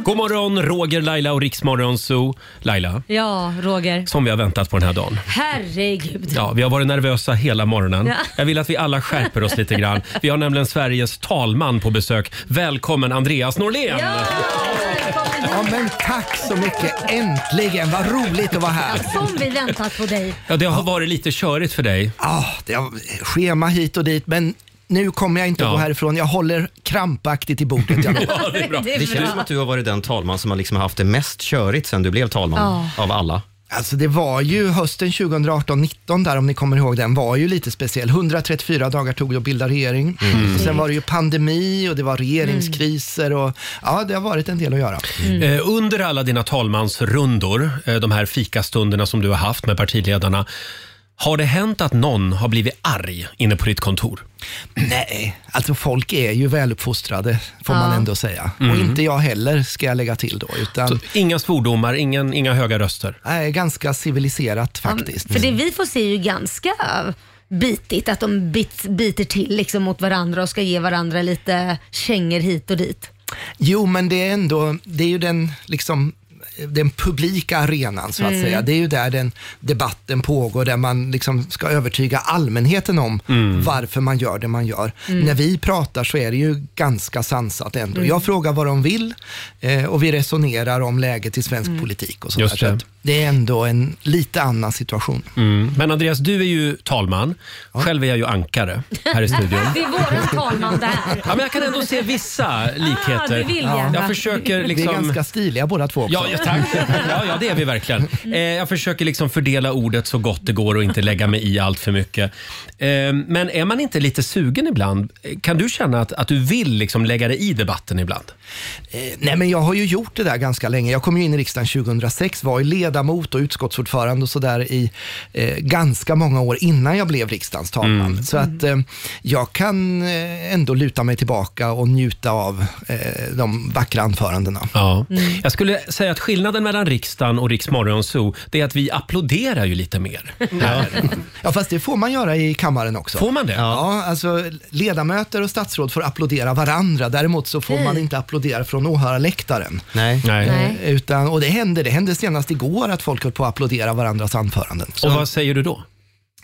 A: God morgon, Roger, Laila och Riksmorgon Zoo. Laila,
B: Ja, Roger.
A: som vi har väntat på den här dagen.
B: Herregud.
A: Ja, vi har varit nervösa hela morgonen.
B: Ja.
A: Jag vill att vi alla skärper oss lite grann. Vi har nämligen Sveriges talman på besök. Välkommen Andreas Norlén!
B: Ja, välkommen
M: Ja, men tack så mycket. Äntligen, vad roligt att vara här.
B: Som vi väntat på dig.
A: Ja, det har varit lite körigt för dig.
M: Ja, det har schema hit och dit, men nu kommer jag inte
A: Ja.
M: gå härifrån. Jag håller krampaktigt i bordet.
A: *laughs*
M: Jag lovar.
B: det är bra. *laughs* Det är
C: Det känns
B: bra.
C: som att du har varit den talman som har liksom haft det mest körigt sen du blev talman av alla.
M: Alltså det var ju hösten 2018-19 där om ni kommer ihåg den, var ju lite speciell. 134 dagar tog det att bilda regering.
A: Mm.
M: Och sen var det ju pandemi och det var regeringskriser
B: Mm.
M: och ja, det har varit en del att göra.
A: Eh, Under alla dina talmansrundor, eh, de här fikastunderna som du har haft med partiledarna, har det hänt att någon har blivit arg inne på ditt kontor?
M: Nej, alltså folk är ju väluppfostrade får man
A: Ja.
M: ändå säga. Och
A: Mm.
M: inte jag heller ska jag lägga till då. Utan,
A: inga svordomar, ingen, inga höga röster?
M: Nej, ganska civiliserat faktiskt.
B: För det vi får se är ju ganska bitigt, att de bit, biter till liksom mot varandra och ska ge varandra lite kängor hit och dit.
M: Jo, men det är ändå, det är ju den liksom den publika arenan så att
B: Mm.
M: säga. Det är ju där den debatten pågår, där man liksom ska övertyga allmänheten om
A: Mm.
M: varför man gör det man gör.
O: Mm.
M: När vi pratar så är det ju ganska sansat ändå.
O: Mm.
M: Jag frågar vad de vill eh, och vi resonerar om läget i svensk politik och sådär.
A: Just
M: Så
A: det.
M: att det är ändå en lite annan situation.
A: Mm. Men Andreas, du är ju talman. Själv är jag ju ankare här i studion.
B: *laughs* Det är våran talman det här.
A: Ja, men jag kan ändå se vissa likheter.
B: Ah, det vill jag.
A: jag försöker liksom...
M: Vi är ganska stiliga båda två också.
A: Ja, ja, tack. *laughs* Ja, ja, det är vi verkligen.
B: Mm.
A: Eh, jag försöker liksom fördela ordet så gott det går och inte lägga mig i allt för mycket. Eh, men är man inte lite sugen ibland? Eh, Kan du känna att, att du vill liksom lägga dig i debatten ibland?
M: Eh, Nej, men jag har ju gjort det där ganska länge. Jag kom ju in i riksdagen 2006, var ju ledamot och utskottsordförande och sådär i eh, ganska många år innan jag blev riksdagens talman.
O: Mm.
M: Så att eh, jag kan eh, ändå luta mig tillbaka och njuta av eh, de vackra anförandena.
A: Ja.
B: Mm.
A: Jag skulle säga att skillnaden mellan riksdagen och Riksmorgon Zoo, det är att vi applåderar ju lite mer.
M: Ja. ja, fast det får man göra i kammaren också.
A: Får man det?
M: Ja, alltså ledamöter och statsråd får applådera varandra. Däremot så får man inte applådera från åhörarläktaren.
C: Nej.
A: Nej.
M: Eh, Utan, och det hände, det hände senast igår att folk höll på att applådera varandras anföranden.
A: Och vad säger du då?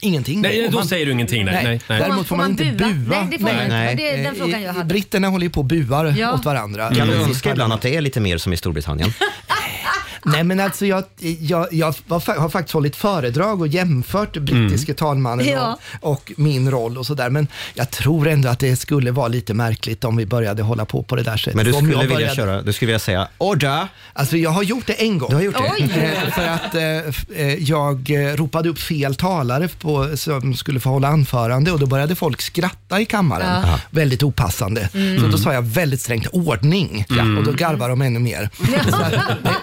M: Ingenting.
A: Nej,
M: Och
A: då
M: man-
A: säger du ingenting. Nej, nej, nej.
M: Däremot får man, inte bua.
B: Nej, det får man inte. Men det är den
M: Eh,
B: frågan jag hade.
M: Britterna håller ju på och buar
B: Ja.
M: åt varandra.
C: Kan du
M: Mm.
C: önska ibland att det är lite mer som i Storbritannien?
M: Nej men alltså jag, jag, jag var, fa- har faktiskt hållit föredrag och jämfört
A: Mm.
M: brittiske talmannen
B: Ja.
M: och, och min roll och sådär. Men jag tror ändå att det skulle vara lite märkligt om vi började hålla på på det där sättet.
C: Men du
M: Om jag
C: skulle vilja
M: började-
C: köra, du skulle vilja säga order.
M: Alltså jag har gjort det en gång.
C: Du har gjort det?
M: Eh, För att eh, f- eh, jag eh, ropade upp fel talare på, som skulle få hålla anförande och då började folk skratta i kammaren.
B: Ja. Aha.
M: Väldigt opassande.
B: Mm.
M: Så då sa jag väldigt strängt ordning
A: Ja.
M: och då
C: Mm.
M: garvar de ännu mer. Så att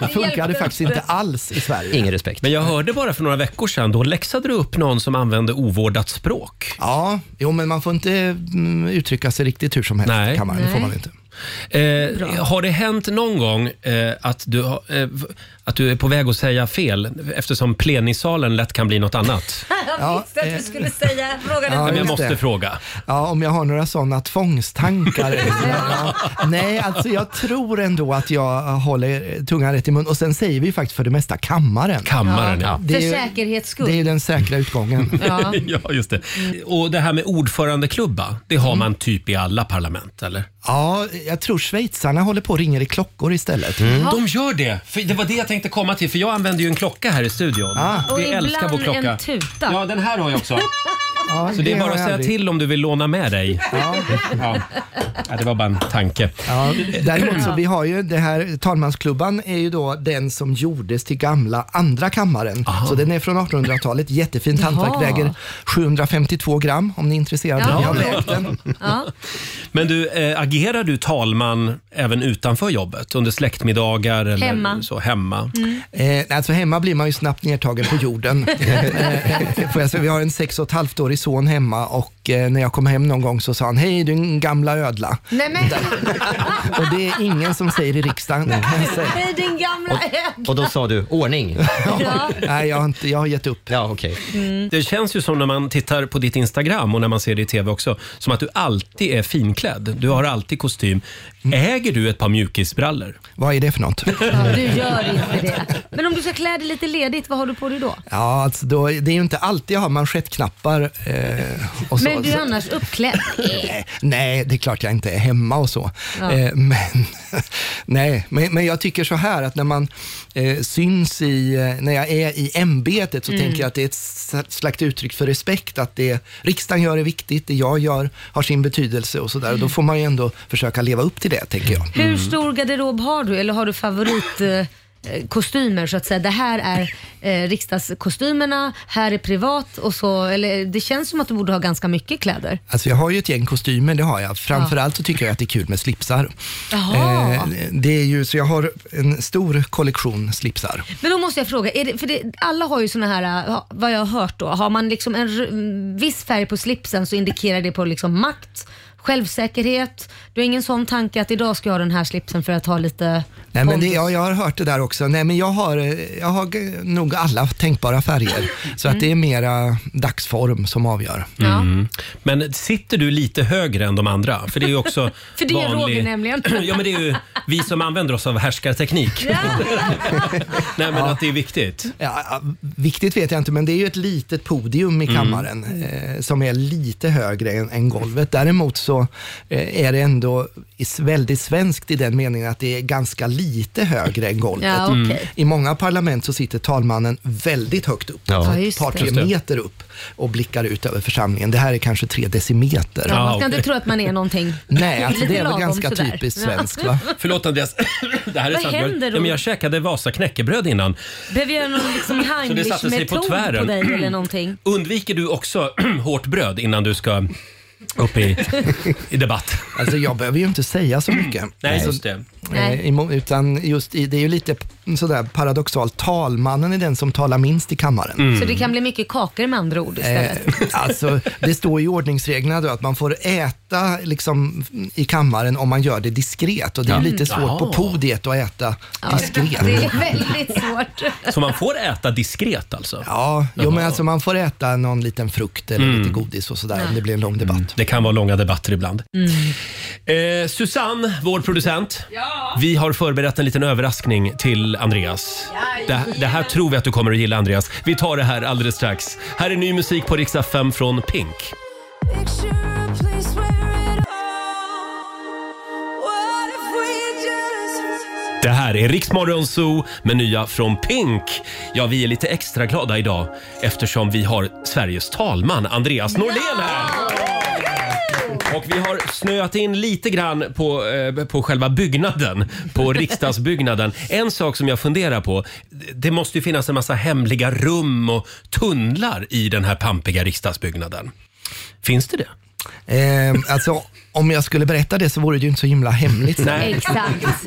M: det funkade faktiskt inte alls i Sverige.
C: Ingen respekt.
A: Men jag hörde bara för några veckor sedan, då läxade du upp någon som använde ovårdat språk.
M: Ja, jo, men man får inte mm, uttrycka sig riktigt hur som helst
A: Nej.
M: i kammaren. Det får
A: Nej.
M: man inte.
A: Eh, har det hänt någon gång eh, att, du, har- eh, v- att du är på väg att säga fel eftersom plenisalen lätt kan bli något annat?
B: *laughs* Jag visste att du skulle säga frågan.
M: Ja,
A: Nej, men jag
M: just
A: måste
M: det.
A: fråga.
M: Ja, om jag har några
A: *laughs*
M: sådana tvångstankar. Ja. Nej, alltså jag tror ändå att jag håller tungan rätt i mun. Och sen säger vi ju faktiskt för det mesta kammaren.
A: Kammaren, ja.
M: Det är
B: För
M: ju-
B: säkerhets skull.
M: Det är ju den säkra utgången.
A: *laughs* Ja. Mm. just det. Och det här med ordförandeklubba, det har man typ i alla parlament, eller?
M: Ja, jag tror schweizarna håller på och ringer i klockor istället.
B: Mm.
A: De gör det! För det var det jag tänkte komma till, för jag använder ju en klocka här i studion.
B: Och
A: Vi älskar
B: ibland
A: vår klocka.
B: en tuta.
A: Ja, den här har jag också.
M: Ja,
A: Så det är
M: har
A: bara att
M: jag
A: säga
M: aldrig.
A: till om du vill låna med dig. Ja. Ja. det var bara en tanke.
M: Ja, däremot så vi har ju det här, talmansklubban är ju då den som gjordes till gamla andra kammaren. Så den är från 1800-talet, jättefint
B: Jaha.
M: hantverk, väger 752 gram om ni är intresserade.
B: Ja.
M: Jag har vägt den.
B: Ja.
A: Men du, eh, agerar du talman även utanför jobbet? Under släktmiddagar eller
B: Hemma.
A: så? Hemma.
M: Eh, alltså hemma blir man ju snabbt nedtagen på jorden. eh, får jag säga, vi har en sex och ett halvt årig son hemma och eh, när jag kom hem någon gång så sa han, hej din gamla ödla.
B: Nej men,
N: *laughs*
M: Och det är ingen som säger i riksdagen. kan jag säga.
B: hej din gamla ödla.
C: Och då sa du ordning.
B: Ja.
M: *laughs*
B: Mm.
M: Nej, jag har, inte, jag har gett upp.
C: Ja, okej.
A: Det känns ju som när man tittar på ditt Instagram och när man ser det i TV också, som att du alltid är finklädd. Du har alltid kostym. Äger du ett par mjukisbrallor?
M: Vad är det för något?
B: *laughs* Ja, du gör inte det. Men om du ska klä dig lite ledigt, vad har du på dig då?
M: Ja, alltså då, det är ju inte alltid jag har manschettknappar Eh, och så-
B: Men du är
M: så-
B: annars uppklädd.
M: Nej, det är klart jag inte är hemma och så.
B: Ja.
M: Eh, men, *laughs* nej, men, men jag tycker så här att när man eh, syns i, eh, när jag är i ämbetet så
O: Mm.
M: tänker jag att det är ett s- slags uttryck för respekt, att det riksdagen gör är viktigt, det jag gör har sin betydelse och sådär. Och Då får man ju ändå försöka leva upp till det, tänker jag.
B: Mm.
M: Mm.
B: Hur stor garderob har du eller har du favorit eh, kostymer så att säga. Det här är eh, riksdagskostymerna, här är privat och så, eller det känns som att du borde ha ganska mycket kläder.
M: Alltså jag har ju ett gäng kostymer, det har jag. Framförallt så tycker jag att det är kul med slipsar.
B: Jaha.
M: Eh, det är ju, så jag har en stor kollektion slipsar.
B: Men då måste jag fråga, är det, för det, alla har ju såna här, eh, vad jag har hört då, har man liksom en r- mm, viss färg på slipsen så indikerar det på liksom makt, självsäkerhet. Du har ingen sån tanke att idag ska jag ha den här slipsen för att ha lite
M: Nej, men det, ja, jag har hört det där också. Nej, men jag, har, eh, jag har g- nog alla tänkbara färger. Så att det är mera dagsform som avgör.
A: Mm. Men sitter du lite högre än de andra? För det är ju också
B: *laughs* För det är Roger
A: vanlig...
B: nämligen.
A: *laughs* ja, men det är ju vi som använder oss av härskarteknik. *laughs* Nej, men att det är viktigt.
M: Ja, viktigt vet jag inte, men det är ju ett litet podium i
A: Mm.
M: kammaren eh, som är lite högre än, än golvet. Däremot så eh, är det ändå is- väldigt svenskt i den meningen att det är ganska lite högre än golvet.
B: Ja, okej. Mm.
M: I många parlament så sitter talmannen väldigt högt upp,
B: Ja. Ja,
M: ett
B: just
M: par
B: det.
M: tre
B: Just det.
M: meter upp och blickar ut över församlingen. Det här är kanske tre decimeter.
B: Ja, man ska inte tro att man är någonting.
M: Nej, alltså,
B: Lite
M: det är väl
B: lagom
M: ganska
B: sådär.
M: typiskt
B: Ja.
M: svenskt. Va?
A: Förlåt Andreas, *coughs* det här är
B: Vad
A: sant.
B: händer
A: Jag,
B: då?
A: ja, men jag käkade Vasa knäckebröd innan.
B: *laughs* Behöver jag någon liksom
A: Så det satte sig på
B: Heimlich-metod på,
A: tvären.
B: dig eller någonting?
A: Undviker du också *clears throat* hårt bröd innan du ska upp i, i debatt?
M: Alltså jag behöver ju inte säga så mycket.
A: *clears throat* Nej,
M: Alltså,
A: just det.
M: Eh, emo- Utan just i, det är ju lite p- sådär paradoxalt, talmannen är den som talar minst i kammaren.
B: Mm. Så det kan bli mycket kakor med andra ord istället.
M: Eh, *laughs* alltså, det står i ordningsreglerna då att man får äta liksom, i kammaren om man gör det diskret. Och det är
A: Ja.
M: lite svårt
A: Jaha.
M: på podiet att äta diskret.
B: Det är väldigt svårt.
A: Så man får äta diskret alltså?
M: Ja, jo, men alltså, man får äta någon liten frukt eller
A: Mm.
M: lite godis och sådär om det blir en lång debatt.
A: Det kan vara långa debatter ibland. Eh, Susanne, vår producent. Vi har förberett en liten överraskning till Andreas. Det, det här tror vi att du kommer att gilla Andreas. Vi tar det här alldeles strax. Här är ny musik på Riksa 5 från Pink. Det här är Riksmorgon Zoo med nya från Pink. Ja, vi är lite extra glada idag eftersom vi har Sveriges talman Andreas Norlén här. Och vi har snöat in lite grann på, eh, på själva byggnaden, på riksdagsbyggnaden. En sak som jag funderar på, det måste ju finnas en massa hemliga rum och tunnlar i den här pampiga riksdagsbyggnaden. Finns det det?
M: Eh, alltså, om jag skulle berätta det så vore det ju inte så
A: *laughs*
M: himla hemligt.
B: Exakt.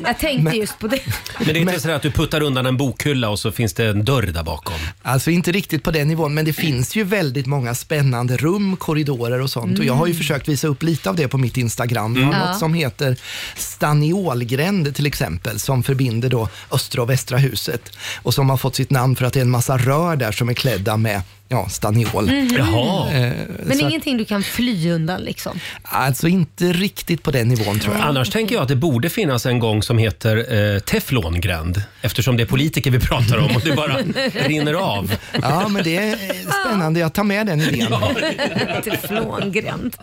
B: Jag tänkte just på det.
A: Men det är inte så att du puttar undan en bokhylla och så finns det en dörr där bakom?
M: Alltså inte riktigt på den nivån, men det finns ju väldigt många spännande rum, korridorer och sånt. Och jag har
B: Mm.
M: ju försökt visa upp lite av det på mitt Instagram. Jag har
O: Mm. Ja.
M: Något som heter Staniolgränd till exempel, som förbinder då östra och västra huset. Och som har fått sitt namn för att det är en massa rör där som är klädda med ja, staniol.
B: Mhm. Jaha.
M: Eh,
B: Men
M: så att,
B: ingenting du kan fly undan liksom.
M: alltså inte riktigt på den nivån tror jag.
A: Annars tänker jag att det borde finnas en gång som heter eh, teflongränd eftersom det är politiker vi pratar om och det
M: *laughs*
A: bara rinner av.
M: Ja, men det är eh, spännande. Jag tar med den idén.
B: *laughs* Teflongränd.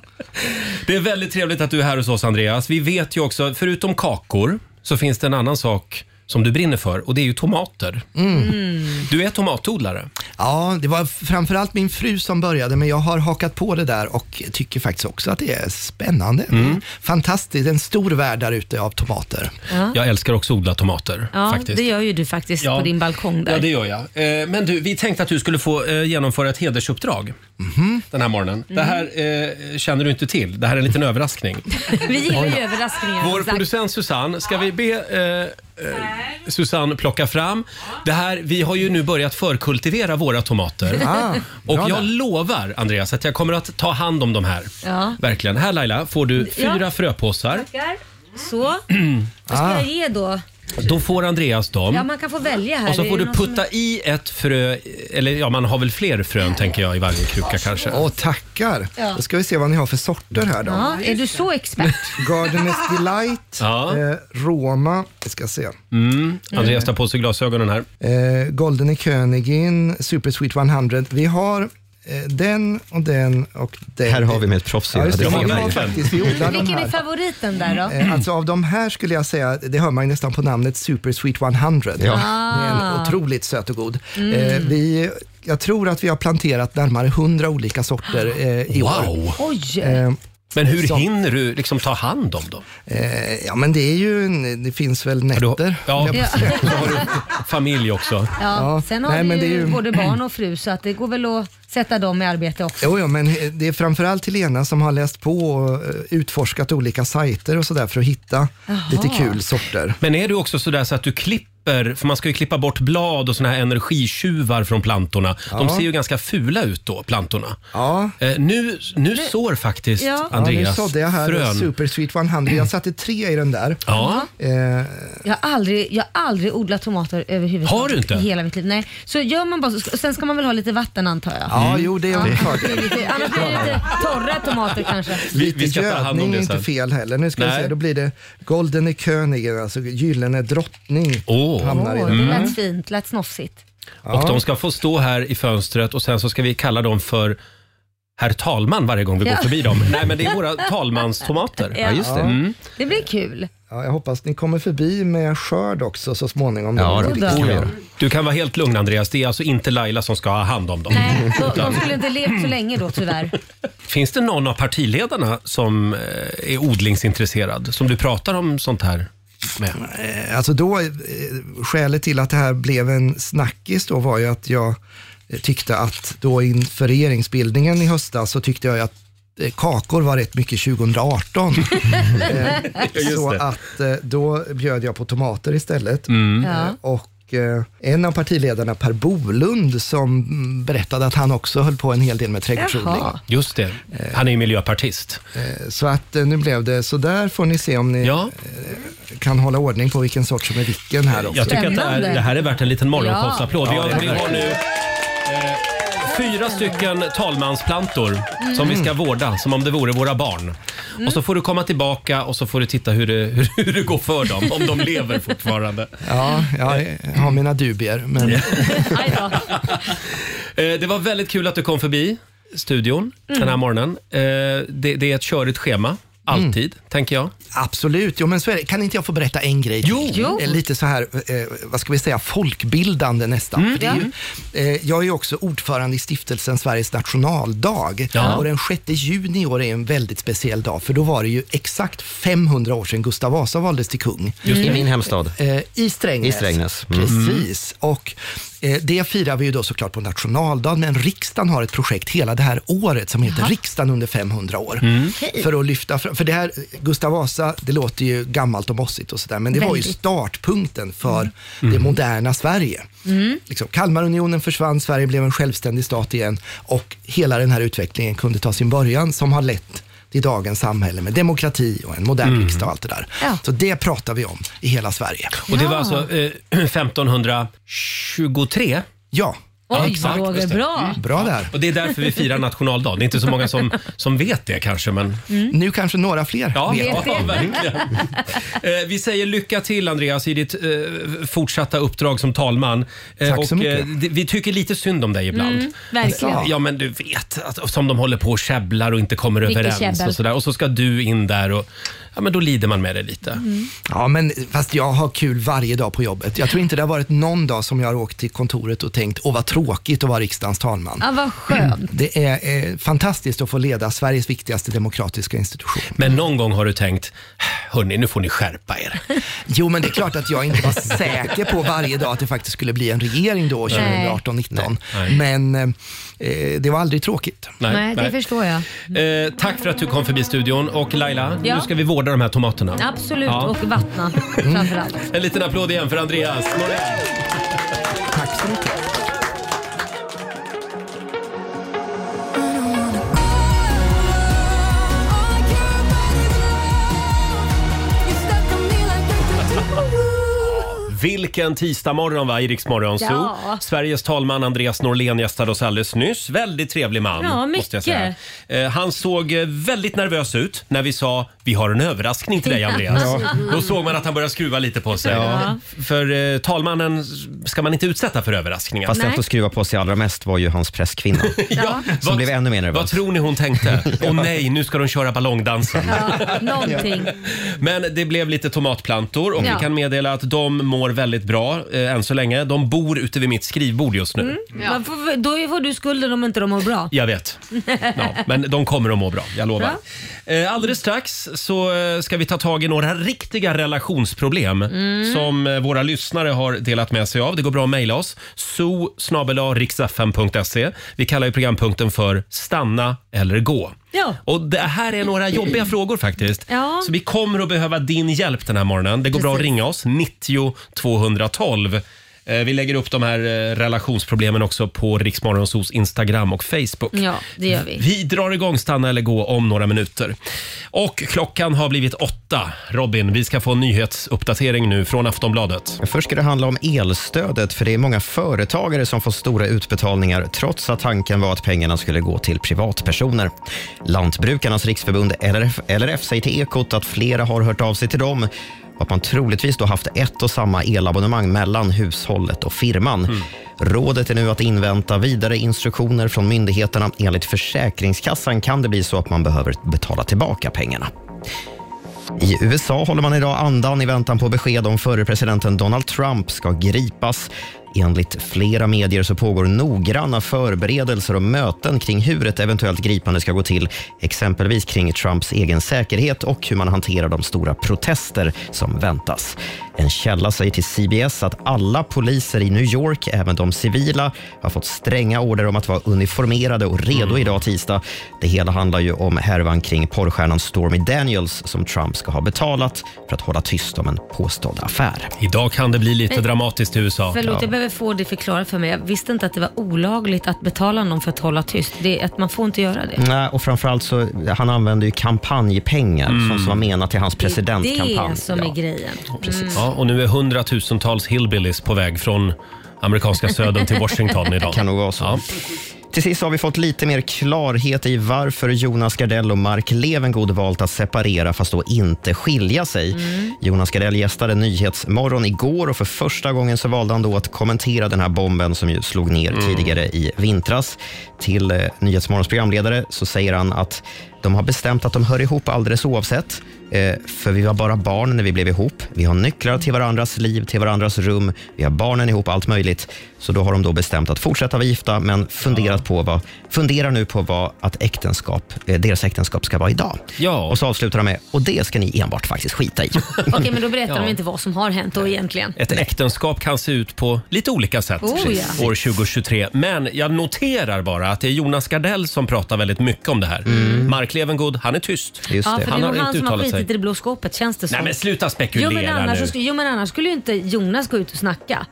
A: Det är väldigt trevligt att du är här hos oss Andreas. Vi vet ju också, förutom kakor, så finns det en annan sak som du brinner för och det är ju tomater.
M: Mm.
A: Du är tomatodlare.
M: Ja, det var framförallt min fru som började, men jag har hakat på det där och tycker faktiskt också att det är spännande. Fantastiskt, en stor värld där ute av tomater.
B: Ja.
A: Jag älskar också att odla tomater
B: Ja,
A: faktiskt.
B: det gör ju du faktiskt
A: Ja.
B: på din balkong där.
A: Ja, det
B: *laughs*
A: gör jag. Eh, Men du, vi tänkte att du skulle få eh, genomföra ett hedersuppdrag
M: Mhm.
A: den här morgonen. Det här eh, känner du inte till. Det här är en liten överraskning.
B: Vi gillar ju
A: Oj.
B: överraskningar.
A: Vår
B: exakt.
A: producent Susanne, ska vi be eh, eh, Susanne plocka fram? Det här, vi har ju nu börjat förkultivera våra tomater.
B: Ah,
A: och
B: bra
A: jag
B: där.
A: lovar, Andreas, att jag kommer att ta hand om de här.
B: Ja.
A: Verkligen. Här Laila får du fyra
B: Ja.
A: fröpåsar.
B: Tackar. Så. Vad ska
A: Ah.
B: jag ge då?
A: Då får Andreas dem.
B: Ja, man kan få välja här.
A: Och så
B: Är
A: får
B: det
A: du
B: någon som-
A: putta i ett frö, eller ja, man har väl fler frön tänker jag i varje kruka kanske.
M: Åh, tackar.
B: Ja.
M: Då ska vi se vad ni har för sorter här då.
B: Ja, är du så expert?
M: Gardeners Delight,
A: Ja.
M: eh, Roma, vi ska se.
A: Mm. Andreas tar på sig glasögonen här.
M: Eh, Golden Königin, Super Sweet 100. Vi har eh, den och den och den.
C: Här har vi med ett proffs.
M: Ja, just det.
C: Det var
M: Jag har
C: verkligen.
M: faktiskt vi odlar de
B: Vilken
M: här.
B: är favoriten där då?
M: Eh, Alltså av de här skulle jag säga, det hör man ju nästan på namnet, Super Sweet 100.
B: Ja.
M: Det är en
B: Ah.
M: otroligt söt och god.
B: Mm.
M: Eh, vi, jag tror att vi har planterat närmare 100 olika sorter eh, i
A: Wow.
M: år.
B: Ah. Oj!
A: Men hur hinner du liksom ta hand om dem?
M: Eh, ja, men det är ju, en- det finns väl nätter.
A: Ja,
M: höll jag på
B: *laughs*
M: att säga.
A: så har du familj också.
B: Ja,
M: Ja,
B: sen har
M: nej,
B: du
M: men det är
B: ju
M: ju-
B: både barn och fru så att det går väl att sätta dem i arbete också.
M: Jo, jo, men eh, det är framförallt Helena som har läst på och eh, utforskat olika sajter och sådär för att hitta
B: Jaha.
M: lite kul sorter.
A: Men är du också sådär så att du klipper, för man ska ju klippa bort blad och såna här energitjuvar från plantorna. De
M: Ja.
A: ser ju ganska fula ut då, plantorna.
M: Ja.
A: Eh, nu, nu sår faktiskt
M: ja, nu
A: Andreas
M: sådde jag här
A: frön. Mm.
M: Super Sweet 100. Jag satte tre i den där.
A: Ja.
M: Eh,
B: Jag har aldrig, jag har aldrig odlat tomater överhuvudtaget.
M: Har du inte?
B: I hela mitt liv. Nej. Så gör man bara så, och sen ska man väl ha lite vatten antar jag.
M: Ja, jo, det är en
B: det är
M: fördel.
B: lite, annars blir det lite torra tomater kanske.
A: Vi- vi
M: Lite
A: ska ta hand om
M: gödning
A: det
M: är inte
A: sen.
M: fel heller. Nu ska vi
A: Nej.
M: se, då blir det Goldene Königin, alltså Gyllene Drottning.
A: Åh.
M: Hamnar i
B: Åh,
M: den.
B: det
A: Mm.
B: lät fint, lät snofsigt.
A: Och de ska få stå här i fönstret och sen så ska vi kalla dem för herr talman varje gång vi
B: Ja.
A: går förbi dem. Nej, men det är
B: *laughs*
A: våra talmanstomater.
B: Ja, just det.
A: Mm.
B: Det blir kul.
M: Ja, jag hoppas ni kommer förbi med skörd också så småningom.
A: Ja,
M: Det
A: då. Det
M: blir riktigt
A: kan vi
M: kul.
A: göra. Mm. Du kan vara helt lugn Andreas, det är alltså inte Laila som ska ha hand om dem.
B: Nej, de,
A: Utan-
B: de skulle inte levt så länge då tyvärr.
A: Finns det någon av partiledarna som eh, är odlingsintresserad, som du pratar om sånt här med?
M: Eh, Alltså då, eh, skälet till att det här blev en snackis då var ju att jag eh, tyckte att då inför regeringsbildningen i höstas så tyckte jag ju att eh, kakor var rätt
A: *laughs*
M: mycket 2018. Eh, så att eh, då bjöd jag på tomater istället.
H: Mm. Ja.
M: Eh, Och eh, en av partiledarna, Per Bolund, som mm, berättade att han också höll på en hel del med trädgårdsodling.
A: Jaha. Just det. Han är ju miljöpartist.
M: Eh, Så att eh, nu blev det, så där får ni se om ni eh, kan hålla ordning på vilken sort som är vilken här också.
A: Jag tycker att det här, det här är värt en liten morgonshowsapplåd. Vi,
M: Ja,
A: har- vi har nu
M: verkligen.
A: eh, fyra stycken talmansplantor
M: Mm.
A: som vi ska vårda som om det vore våra barn. Och så får du komma tillbaka och så får du titta hur det, *laughs* hur, hur det går för dem, om de lever fortfarande.
M: Ja, jag har mina dubier. Men...
A: Eh, Det var väldigt kul att du kom förbi studion den här
M: Mm.
A: morgonen. Eh, Det, det är ett körigt schema, alltid,
M: Mm.
A: tänker jag.
M: Absolut, jo, men så är det. kan inte jag få berätta en grej till?
A: Jo.
M: Eh, Lite så här, eh, vad ska vi säga, folkbildande nästan.
A: Mm.
M: För det är ju, eh, jag är ju också ordförande i stiftelsen Sveriges nationaldag
A: Ja.
M: och den 6 juni i år är en väldigt speciell dag för då var det ju exakt 500 år sedan Gustav Vasa valdes till kung.
C: Just
A: Mm.
C: det. I min hemstad.
M: Eh, I Strängnäs.
C: I Strängnäs. Mm.
M: Precis. Och eh, det firar vi ju då såklart på nationaldagen, men riksdagen har ett projekt hela det här året som heter
C: Jaha.
M: Riksdagen under 500 år.
A: Mm.
M: För att lyfta fram, för det här, Gustav Vasa, det låter ju gammalt och mossigt och sådär, men det var ju
C: Väldigt.
M: startpunkten för
A: Mm.
M: det moderna Sverige.
E: Mm.
B: Mm.
M: Liksom, Kalmarunionen försvann, Sverige blev en självständig stat igen och hela den här utvecklingen kunde ta sin början som har lett till dagens samhälle med demokrati och en
A: Mm.
M: modern riksdag och allt det där. Så det pratar vi om i hela Sverige.
A: Och det var alltså eh, *clears throat* 1523?
M: Ja.
A: Ja,
B: Oj,
A: exakt,
B: Roger,
A: just det.
B: bra.
M: Bra där.
A: Och det är därför vi firar nationaldagen. Det är inte så många som, som vet det kanske, men...
M: Mm. Nu kanske några fler
A: Ja,
M: vet
A: ja,
M: det.
A: verkligen. Eh, vi säger lycka till Andreas i ditt eh, fortsatta uppdrag som talman. Eh,
M: Tack så
A: och,
M: mycket.
A: eh, d- vi tycker lite synd om dig ibland.
B: Mm, verkligen.
A: Ja, men du vet, att, som de håller på och käbblar och inte kommer
B: Mycket
A: överens.
B: käbbel.
A: Och, sådär. och så ska du in där och ja, men då lider man med det lite.
M: Ja, men fast jag har kul varje dag på jobbet. Jag tror inte det har varit någon dag som jag har åkt till kontoret och tänkt, åh vad tråkigt att vara riksdagens talman.
B: Ja, vad skönt.
M: *clears throat* Det är eh, fantastiskt att få leda Sveriges viktigaste demokratiska institution.
A: Men någon gång har du tänkt, hörni, nu får ni skärpa er.
M: *laughs* Jo, men det är klart att jag inte var säker på varje dag att det faktiskt skulle bli en regering då
A: Nej.
M: 2018-19.
A: Nej.
M: Men eh, det var aldrig tråkigt.
B: Nej, det förstår jag.
A: Eh, tack för att du kom förbi studion. Och Laila,
B: Ja.
A: nu ska vi vårda de här tomaterna.
B: Absolut,
A: Ja.
B: och vattna framförallt.
A: En liten applåd igen för Andreas Norell.
M: Tack så mycket.
A: Vilken tisdagmorgon va, i Rix Morgon Zoo.
B: Ja.
A: Sveriges talman Andreas Norlén gästade oss alldeles nyss. Väldigt trevlig man,
B: Ja,
A: måste jag säga. Eh, han såg eh, väldigt nervös ut när vi sa vi har en överraskning till dig Andreas.
B: Ja.
A: Då såg man att han började skruva lite på sig.
B: Ja.
A: För eh, talmannen ska man inte utsätta för överraskningar.
C: Fast den som skruvade på sig allra mest var ju hans presskvinna.
A: Ja.
C: Som blev ännu mer nervös.
A: Vad tror ni hon
C: *laughs*
A: tänkte? Åh nej, nu ska de köra ballongdansen.
B: Någonting.
A: Men det blev lite tomatplantor och
B: Ja.
A: vi kan meddela att de mår väldigt bra eh, än så länge. De bor ute vid mitt skrivbord just nu.
B: Mm. Man får, då får du skulden om inte de mår bra.
A: Jag vet, *laughs* ja, men de kommer att må bra, jag lovar. Eh, Alldeles strax så eh, ska vi ta tag i några riktiga relationsproblem
B: Mm.
A: som eh, våra lyssnare har delat med sig av. Det går bra att mejla oss. zoo.riksfm.se. Vi kallar ju programpunkten för Stanna eller gå.
B: Ja.
A: Och det här är några jobbiga frågor faktiskt.
B: Mm. Ja.
A: Så vi kommer att behöva din hjälp den här morgonen. Det går bra att
B: Precis.
A: ringa oss, 90 212. Eh, Vi lägger upp de här eh, relationsproblemen också på Riksmorgonsos Instagram och Facebook.
B: *laughs* Ja, det gör vi.
A: Vi drar igång Stanna eller gå om några minuter. Och klockan har blivit åtta. Robin, vi ska få en nyhetsuppdatering nu från Aftonbladet.
C: Först ska det handla om elstödet, för det är många företagare som får stora utbetalningar trots att tanken var att pengarna skulle gå till privatpersoner. Lantbrukarnas riksförbund LRF, LRF säger till Ekot att flera har hört av sig till dem och att man troligtvis då haft ett och samma elabonnemang mellan hushållet och firman. Rådet är nu att invänta vidare instruktioner från myndigheterna. Enligt Försäkringskassan kan det bli så att man behöver betala tillbaka pengarna. I USA håller man idag andan i väntan på besked om förre presidenten Donald Trump ska gripas. Enligt flera medier så pågår noggranna förberedelser och möten kring hur ett eventuellt gripande ska gå till, exempelvis kring Trumps egen säkerhet och hur man hanterar de stora protester som väntas. En källa säger till CBS att alla poliser i New York, även de civila, har fått stränga order om att vara uniformerade och redo
A: Mm.
C: idag tisdag. Det hela handlar ju om härvan kring porrstjärnan Stormy Daniels som Trump ska ha betalat för att hålla tyst om en påstådd affär.
A: Idag kan det bli lite
B: Men-
A: dramatiskt i USA.
B: Förlåt, jag behöver få det förklarat för mig. Jag visste inte att det var olagligt att betala någon för att hålla tyst. Det är att man får inte göra
A: Mm.
B: det.
C: Nej, och framförallt så, han använder ju kampanjpengar
A: Mm.
C: som, som var menat till hans
B: Det är
C: presidentkampanj.
B: det som är grejen. Mm.
A: Ja, och nu är hundratusentals hillbillies på väg från amerikanska södern till Washington
C: *laughs*
A: idag.
C: Kan nog vara så. Till sist har vi fått lite mer klarhet i varför Jonas Gardell och Mark Levengood valt att separera fast då inte skilja sig.
A: Mm.
C: Jonas Gardell gästade Nyhetsmorgon igår och för första gången så valde han då att kommentera den här bomben som ju slog ner tidigare i vintras. Till eh, Nyhetsmorgons programledare så säger han att de har bestämt att de hör ihop alldeles oavsett. Eh, för vi var bara barn när vi blev ihop. Vi har nycklar till varandras liv, till varandras rum. Vi har barnen ihop, allt möjligt. Så då har de då bestämt att fortsätta vara gifta, men funderat på vad, funderar nu på vad att äktenskap, eh, deras äktenskap ska vara idag.
A: Ja.
C: Och så avslutar de med, och det ska ni enbart faktiskt skita i.
B: Okej, men då berättar
A: Ja.
B: de inte vad som har hänt då egentligen.
A: Ett äktenskap kan se ut på lite olika sätt
B: Oh, Precis. ja.
A: år 2023. Men jag noterar bara att det är Jonas Gardell som pratar väldigt mycket om det här. Mark Levengood, han är tyst.
B: ja, för det är
A: Han
B: nog
A: har
B: han
A: inte
B: som har
A: uttalat
B: skitit i
A: sig.
B: det blå skåpet känns det som.
A: Nej men sluta
B: jo,
A: spekulera
B: men annars,
A: nu.
B: så skulle- jo men annars skulle ju inte Jonas gå ut och snacka.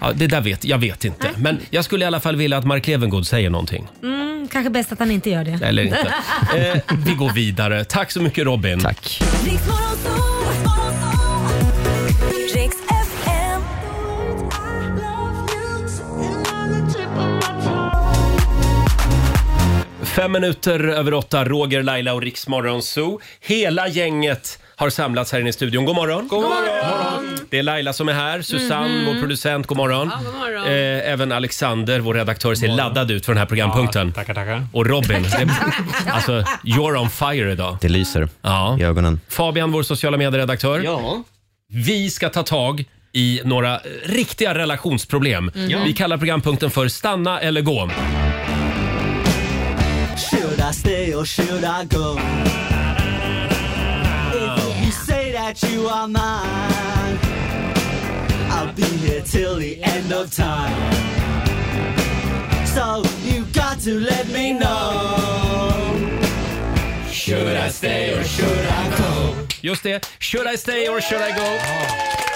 A: Ja, det där vet jag vet inte. Men jag skulle i alla fall vilja att Mark Levengood säger någonting.
B: Mm, kanske bäst att han inte gör det.
A: Eller
B: *laughs*
A: inte. eh, vi går vidare. Tack så mycket Robin. Tack. Fem minuter över åtta, Roger, Laila och Riks Zoo. Hela gänget har samlats här inne i studion. God morgon! God morgon! Det är Laila som är här, Susanne,
N: Mhm.
A: vår producent. God morgon!
N: Ja, god morgon.
A: Eh, även Alexander, vår redaktör, ser laddad ut för den här programpunkten.
N: Ja, tackar, tackar.
A: Och Robin, det, alltså you're on fire idag.
C: Det lyser
A: ja.
C: i ögonen.
A: Fabian, vår sociala medieredaktör. Ja. Vi ska ta tag i några eh, riktiga relationsproblem.
O: Mm. Ja.
A: Vi kallar programpunkten för Stanna eller gå.
O: Should I stay or should I go? If you say that you are mine, I'll be here till the end of time. So you got to let me know. Should I stay or should I go?
A: Just det. Should I stay or should I go?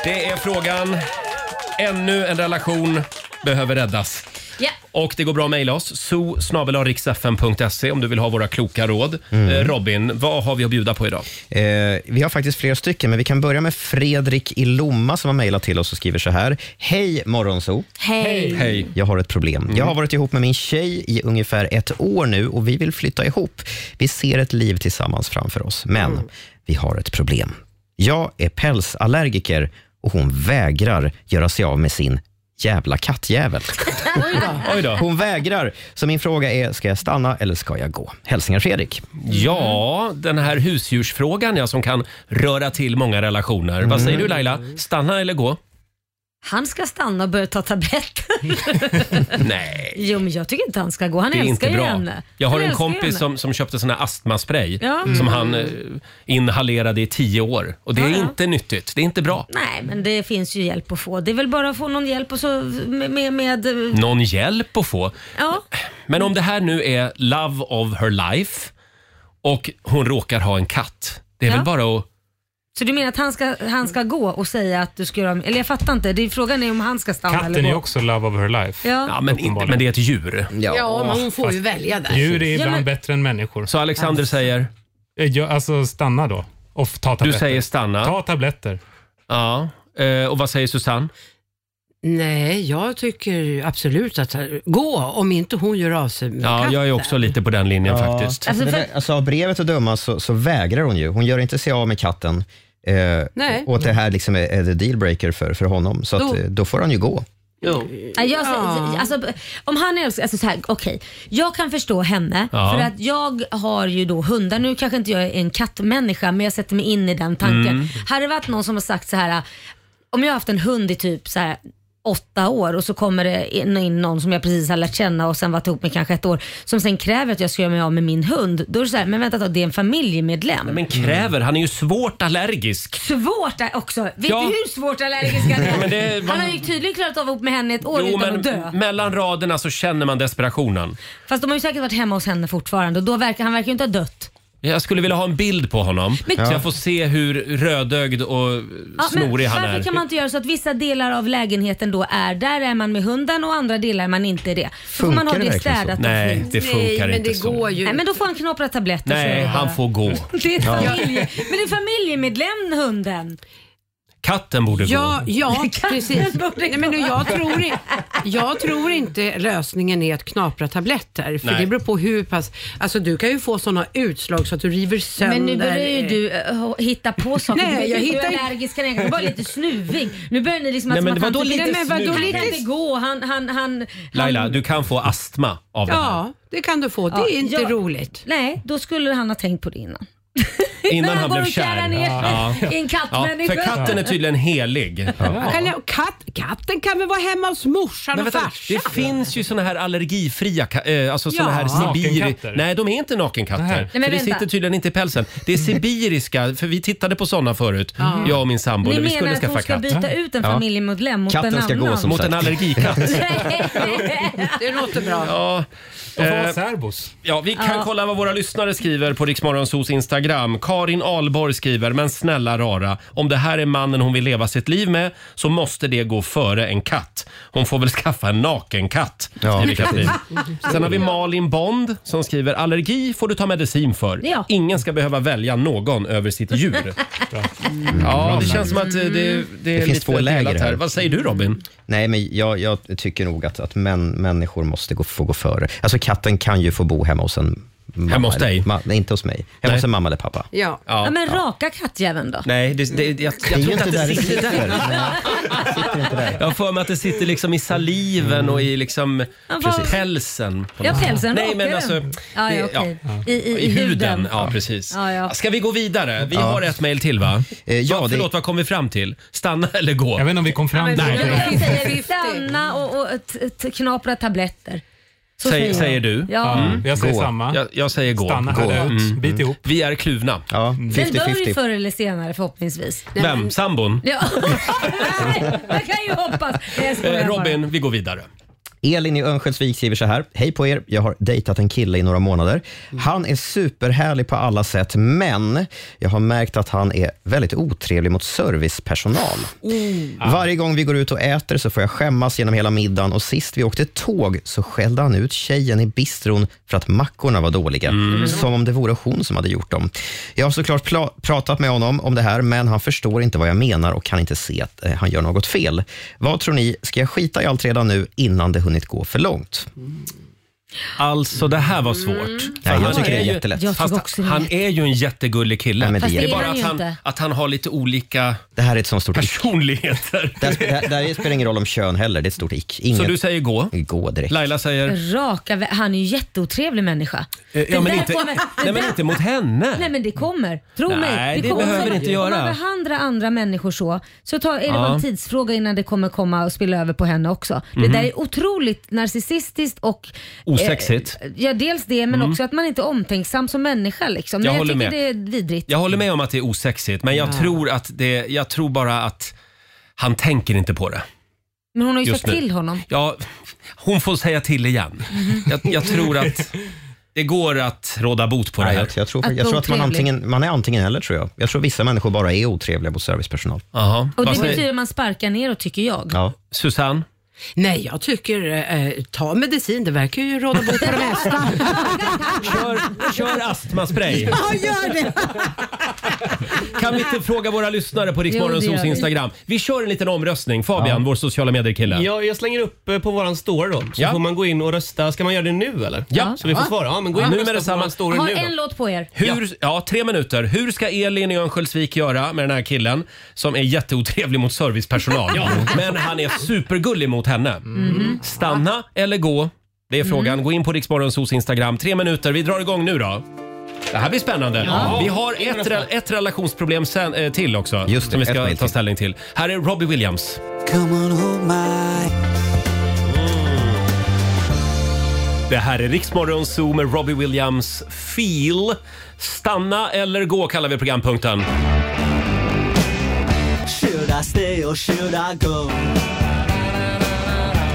A: Det är frågan. Ännu en relation behöver räddas.
B: Ja,
A: Och det går bra att mejla oss. zoo riksfm.se om du vill ha våra kloka råd.
C: Mm.
A: Eh, Robin, vad har vi att bjuda på idag?
C: Eh, vi har faktiskt flera stycken, men vi kan börja med Fredrik i Lomma som har mejlat till oss och skriver så här. Hej Morgonzoo!
B: Hej.
C: Hej. Jag har ett problem.
A: Mm.
C: Jag har varit ihop med min tjej i ungefär ett år nu och vi vill flytta ihop. Vi ser ett liv tillsammans framför oss, men
A: Mm.
C: vi har ett problem. Jag är pälsallergiker och hon vägrar göra sig av med sin jävla kattjävel.
A: *laughs* Oj då.
C: Hon vägrar. Så min fråga är, ska jag stanna eller ska jag gå? Hälsningar Fredrik.
A: Ja, den här husdjursfrågan ja, som kan röra till många relationer. Vad säger
B: Mm.
A: du Laila? Stanna eller
B: *laughs*
A: gå?
B: Han ska stanna och börja ta tabletter.
A: Nej.
B: Jo men jag tycker inte han ska gå. Han
A: det är
B: älskar
A: inte
B: ju
A: bra.
B: henne.
A: Jag har
B: han
A: en
B: älskar ju henne.
A: kompis som, som köpte sån här astmaspray
B: Ja. Mm.
A: som han eh, inhalerade i tio år. Och det är
B: Ja, ja.
A: inte nyttigt. Det är inte bra.
B: Nej men det finns ju hjälp att få. Det är väl bara att få någon hjälp och så med... med, med eh,
A: Någon hjälp att få.
B: Ja.
A: Men om det här nu är love of her life och hon råkar ha en katt. Det är
B: Ja.
A: väl bara att...
B: Så du menar att han ska, han ska gå och säga att du ska göra... Eller jag fattar inte. Det är, frågan är om han ska stanna eller
N: Katten
B: gå.
N: är också love of her life.
B: Ja. Ja, men
A: inte- men det är ett djur.
F: Ja, men hon får ju
N: Fast
F: välja där.
N: Djur är
F: Ja,
N: ibland
F: men-
N: bättre än människor.
A: Så Alexander säger?
N: Ja, alltså stanna då. Och ta tabletter.
A: Du säger stanna.
N: Ta tabletter.
A: Ja. Eh, Och vad säger Susanne?
F: Nej, jag tycker absolut att gå om inte hon gör av sig med
A: Ja,
F: katten.
A: jag är också lite på den linjen faktiskt.
F: Alltså,
C: Alltså,
F: för-
C: alltså av brevet att döma så, så vägrar hon ju. Hon gör inte sig av med katten. Eh,
B: Nej.
C: Och att det här liksom är, är the dealbreaker för, för honom. Så att,
B: Då-
C: eh, då får han ju gå.
B: Nej, jag, alltså, om han älskar, alltså så här, okej. Jag kan förstå henne
C: Ja.
B: för att jag har ju då hundar. Nu kanske inte jag är en kattmänniska men jag sätter mig in i den tanken.
P: Mm.
B: Hade det varit någon som har sagt så här, om jag har haft en hund i typ så här åtta år och så kommer det in in någon som jag precis har lärt känna och sen varit ihop med kanske ett år som sen kräver att jag ska göra mig av med min hund. Då är det så här, men vänta ett tag, det är en familjemedlem.
A: Men kräver, han är ju svårt allergisk.
B: Svårt är också. Vet
A: Ja.
B: du hur svårt allergisk han är?
A: Men det-
B: Han har ju tydligen klarat av att vara ihop med henne ett år
A: Jo,
B: utan
A: men
B: att dö.
A: mellan raderna så känner man desperationen.
B: Fast de har ju säkert varit hemma hos henne fortfarande och då verkar, han verkar ju inte ha dött.
A: Jag skulle vilja ha en bild på honom
B: Men-
A: så jag får se hur rödögd och
B: Ja, men
A: snorig han
B: varför
A: är.
B: kan man inte göra så att vissa delar av lägenheten då är där är man med hunden och andra delar är man inte det. Så får man
A: Funkar
B: ha
A: det
B: det
A: verkligen så?
B: städat och
A: Nej,
B: fint.
A: det funkar Nej, men inte det så. går
B: Nej, men då får han knapra tabletter. så är
A: Nej,
B: det
A: han
B: bara.
A: får gå.
B: *laughs* Det är ett
A: Ja.
B: familje... Men det är familjemedlem hunden.
A: Katten borde
F: Ja,
A: gå.
F: ja precis.
B: borde
F: Nej, men nu, jag, tror i, jag tror inte lösningen är att knapra tabletter. För
A: Nej.
F: det beror på hur pass... Alltså du kan ju få sådana utslag så att du river sönder...
B: Men nu börjar ju du eh, hitta på saker.
F: Nej,
B: du vet
F: jag
B: inte
F: hittar
B: hur
F: ju-
B: allergisk han är. Han är bara lite snuvig. Nu börjar ni liksom
A: Nej,
B: att
A: men
B: som att
A: vadå
B: han tycker-
A: lite
B: Nej, men vadå
A: snuvig?
B: Han kan inte gå. Han, han, han,
A: Laila, du kan få astma av det här.
F: Ja, det kan du få. Det är inte roligt.
B: Nej, då skulle han ha tänkt på det innan.
A: Innan
B: När
A: han blev
B: går och
A: kär.
B: kärar ner sig i en kattmänniska.
A: för katten är tydligen helig.
F: Kan jag, katt, katten kan väl vara hemma hos morsan
A: Men
F: och
A: vänta,
F: farsan?
A: det finns ju såna här allergifria, ka- eh, alltså såna
F: Ja.
A: här sibiri...
F: Nakenkatter.
A: Nej, de är inte
F: Nej.
A: nakenkatter.
F: Nej,
A: För
F: men
A: det
F: vänta.
A: sitter tydligen inte i pälsen. Det
B: *laughs*
A: är sibiriska, för vi tittade på såna förut,
B: Ja.
A: Mm. jag och min sambo,
B: Ni
A: när vi
B: menar
A: skulle
B: att
A: skaffa
B: hon ska
A: katt.
B: byta ut en
A: Ja.
B: familjemedlem mot en annan?
A: Mot en
B: *laughs*
A: allergikatt.
F: *laughs* det låter bra.
A: Ja.
N: De får vara
A: Eh,
N: särbos.
A: Ja, vi kan
N: Ja.
A: kolla vad våra lyssnare skriver på Riksmorgonsos Instagram. Karin Alborg skriver, men snälla rara, om det här är mannen hon vill leva sitt liv med så måste det gå före en katt. Hon får väl skaffa en nakenkatt,
C: Ja,
A: skriver
B: *laughs*
A: Katrin.
C: precis.
A: Sen har vi Malin Bond som skriver, allergi får du ta medicin för.
B: Ja.
A: Ingen ska behöva välja någon över sitt
B: *laughs*
A: djur. Ja, det känns som att eh, det,
B: Mm.
A: det är
C: Det finns
A: lite
C: två läger
A: delat
C: här.
A: Vad säger du Robin?
C: Nej, men jag, jag tycker nog att, att män, människor måste gå, få gå före. Alltså katten kan ju få bo hemma hos en mamma.
A: Hemma hos
C: eller-
A: dig?
C: Ma, nej, inte hos mig. Hemma hos en mamma eller pappa.
F: Ja.
B: Ja, men raka kattjäveln då?
A: Nej, det, det, jag, jag
C: är
A: tror inte
C: ju inte
A: att
C: där
A: det
C: det
A: sitter
F: *laughs*
B: *laughs*
C: sitter.
A: där. Jag har för mig att det sitter liksom i saliven och i liksom
B: Ja, vad-
A: pälsen. på
B: Ja,
A: något sätt.
B: pälsen
A: Nej,
B: rakar
A: men
B: den.
A: alltså,
B: Ja,
A: det-
B: ja, okej.
A: ja.
B: I, i,
A: I huden, ja precis.
B: Ja, ja. Eh,
A: Ska vi gå vidare? Vi
C: Ja.
A: har ett mejl till va? ja, va förlåt, vad kom vi fram till? Stanna eller gå? Jag vet inte om vi kom fram
B: Nej.
A: Nej.
B: Jag säger stanna och, och t- t- knapra tabletter. Så
A: Säger, säger du?
B: Ja.
N: jag säger
A: Gå.
N: samma.
A: Jag, jag säger gå.
N: Stanna,
A: gå. Mm.
N: härda ut, bit ihop.
A: Vi är kluvna.
C: Ja,
B: Den dör ju förr eller senare förhoppningsvis.
A: Vem? Sambon?
B: Ja, man kan ju hoppas. Nej, *laughs* jag skojar
A: Eh,
B: bara.
A: Robin, vi går vidare.
C: Elin i Örnsköldsvik skriver så här. Hej på er, jag har dejtat en kille i några månader. Han är superhärlig på alla sätt, men jag har märkt att han är väldigt otrevlig mot servicepersonal. Varje gång vi går ut och äter så får jag skämmas genom hela middagen och sist vi åkte tåg så skällde han ut tjejen i bistron för att mackorna var dåliga.
P: Mm.
C: Som om det vore hon som hade gjort dem. Jag har såklart pla- pratat med honom om det här, men han förstår inte vad jag menar och kan inte se att eh, han gör något fel. Vad tror ni, ska jag skita i allt redan nu innan det hunnit gå för långt?
A: Alltså det här var svårt. För
C: jag
A: han
C: tycker det är
A: ju-
C: jättelätt. Jag tycker
A: Fast
C: också det är
A: han
C: lätt.
A: är ju en jättegullig kille.
C: Nej, men det
A: det
C: är
A: är bara
C: han
A: att
C: ju
A: han,
C: inte.
A: att han har lite olika
C: Det här är ett sånt stort ick.
A: personligheter.
C: Där, sp- där, där spelar ingen roll om kön heller, det är ett stort ick. Ingen...
A: Så du säger gå?
C: Gå direkt.
A: Laila säger?
B: Raka, vä- han är ju jätteotrevlig människa.
A: Eh, Ja,
B: Den
A: men
B: där
A: inte,
B: kommer-
A: nej,
B: den
A: men
B: där-
A: inte mot henne.
B: Nej men det kommer. Tro
A: Nej,
B: mig.
A: det
B: kommer
A: behöver det inte
B: Om
A: göra.
B: man behandlar andra människor så, så tar, är det
A: Ja.
B: bara en tidsfråga innan det kommer komma och spilla över på henne också.
A: Mhm.
B: Det där är otroligt narcissistiskt och...
A: Osexigt.
B: Eh, ja, dels det men
A: Mm.
B: också att man inte är omtänksam som människa liksom.
A: Jag
B: Jag, jag
A: håller
B: tycker
A: med.
B: det är vidrigt.
A: Jag håller med om att det är osexigt, men jag, tror, att det, jag tror bara att han tänker inte på det.
B: Men hon har ju
A: Just
B: sagt
A: nu.
B: till honom. Mhm.
A: Ja, hon får säga till igen. Jag, jag tror att det går att råda bot på det här.
C: Jag tror, jag tror att man, antingen, man är antingen eller tror jag. Jag tror vissa människor bara är otrevliga mot servicepersonal.
A: Aha.
B: Och det betyder man sparkar neråt tycker jag.
C: Ja.
A: Susanne?
F: Nej, jag tycker eh, ta medicin. Det verkar ju råda bot på det mesta.
A: kör, kör *laughs* astmaspray.
F: Ja, gör det.
A: Kan vi inte fråga våra lyssnare på Rix
G: Jo, det gör
A: Morgonzoos
G: vi.
A: Instagram? Vi kör en liten omröstning. Fabian, vår sociala medier-kille.
G: Ja, jag slänger upp eh, på våran store då. Så
A: Ja.
G: får man gå in och rösta. Ska man göra det nu eller?
A: Ja.
G: Så vi får
A: Ja.
G: svara. Ja, men gå in
A: Ja.
G: och
A: Nu
G: rösta
A: med
G: på
A: detsamma.
G: våran store
B: Har
G: nu då.
B: en låt på er.
A: Hur, ja. tre minuter. Hur ska Elin i Örnsköldsvik göra med den här killen som är jätteotrevlig mot servicepersonal?
G: Ja. Mm.
A: Men han är supergullig mot henne.
B: Mm.
A: Stanna eller gå? Det är frågan. Gå in på Riksmorgonsos Instagram. Tre minuter. Vi drar igång nu då. Det här blir spännande.
G: Ja.
A: Vi har ett, re- ett relationsproblem sen, eh, till också
C: Just det,
A: som vi
C: ett
A: ska
C: mejl
A: ta ställning till. Här är Robbie Williams. Mm. Det här är Riksmorgon Zoo med Robbie Williams Feel. Stanna eller gå kallar vi programpunkten.
O: Should I stay or should I go?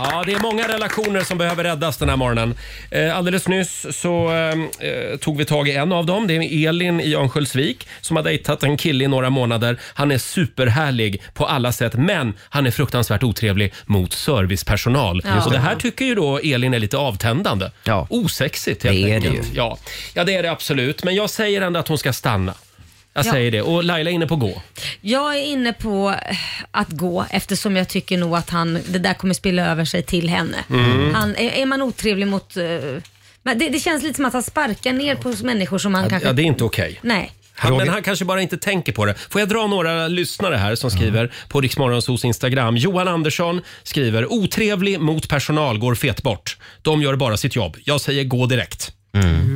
A: Ja, det är många relationer som behöver räddas den här morgonen. Eh, alldeles nyss så eh, eh, tog vi tag i en av dem. Det är Elin i Örnsköldsvik som har dejtat en kille i några månader. Han är superhärlig på alla sätt, men han är fruktansvärt otrevlig mot servicepersonal.
G: Ja.
A: Och det här tycker ju då Elin är lite avtändande. Osexigt helt
C: Det är det
A: enkelt.
C: ju.
A: Ja. ja, det är det absolut. Men jag säger ändå att hon ska stanna. Jag
B: Ja.
A: säger det. Och Laila är inne på gå.
B: Jag är inne på eh, att gå eftersom jag tycker nog att han, det där kommer spilla över sig till henne.
A: Mm.
B: Han, är, är man otrevlig mot... eh, men det, det känns lite som att han sparkar ner på människor som han kanske...
A: Ja, det är inte okej.
B: Nej.
A: Han, men han kanske bara inte tänker på det. Får jag dra några lyssnare här som skriver på Riksmorgonsos Instagram. Johan Andersson skriver “Otrevlig mot personal går fet bort. De gör bara sitt jobb. Jag säger gå direkt”.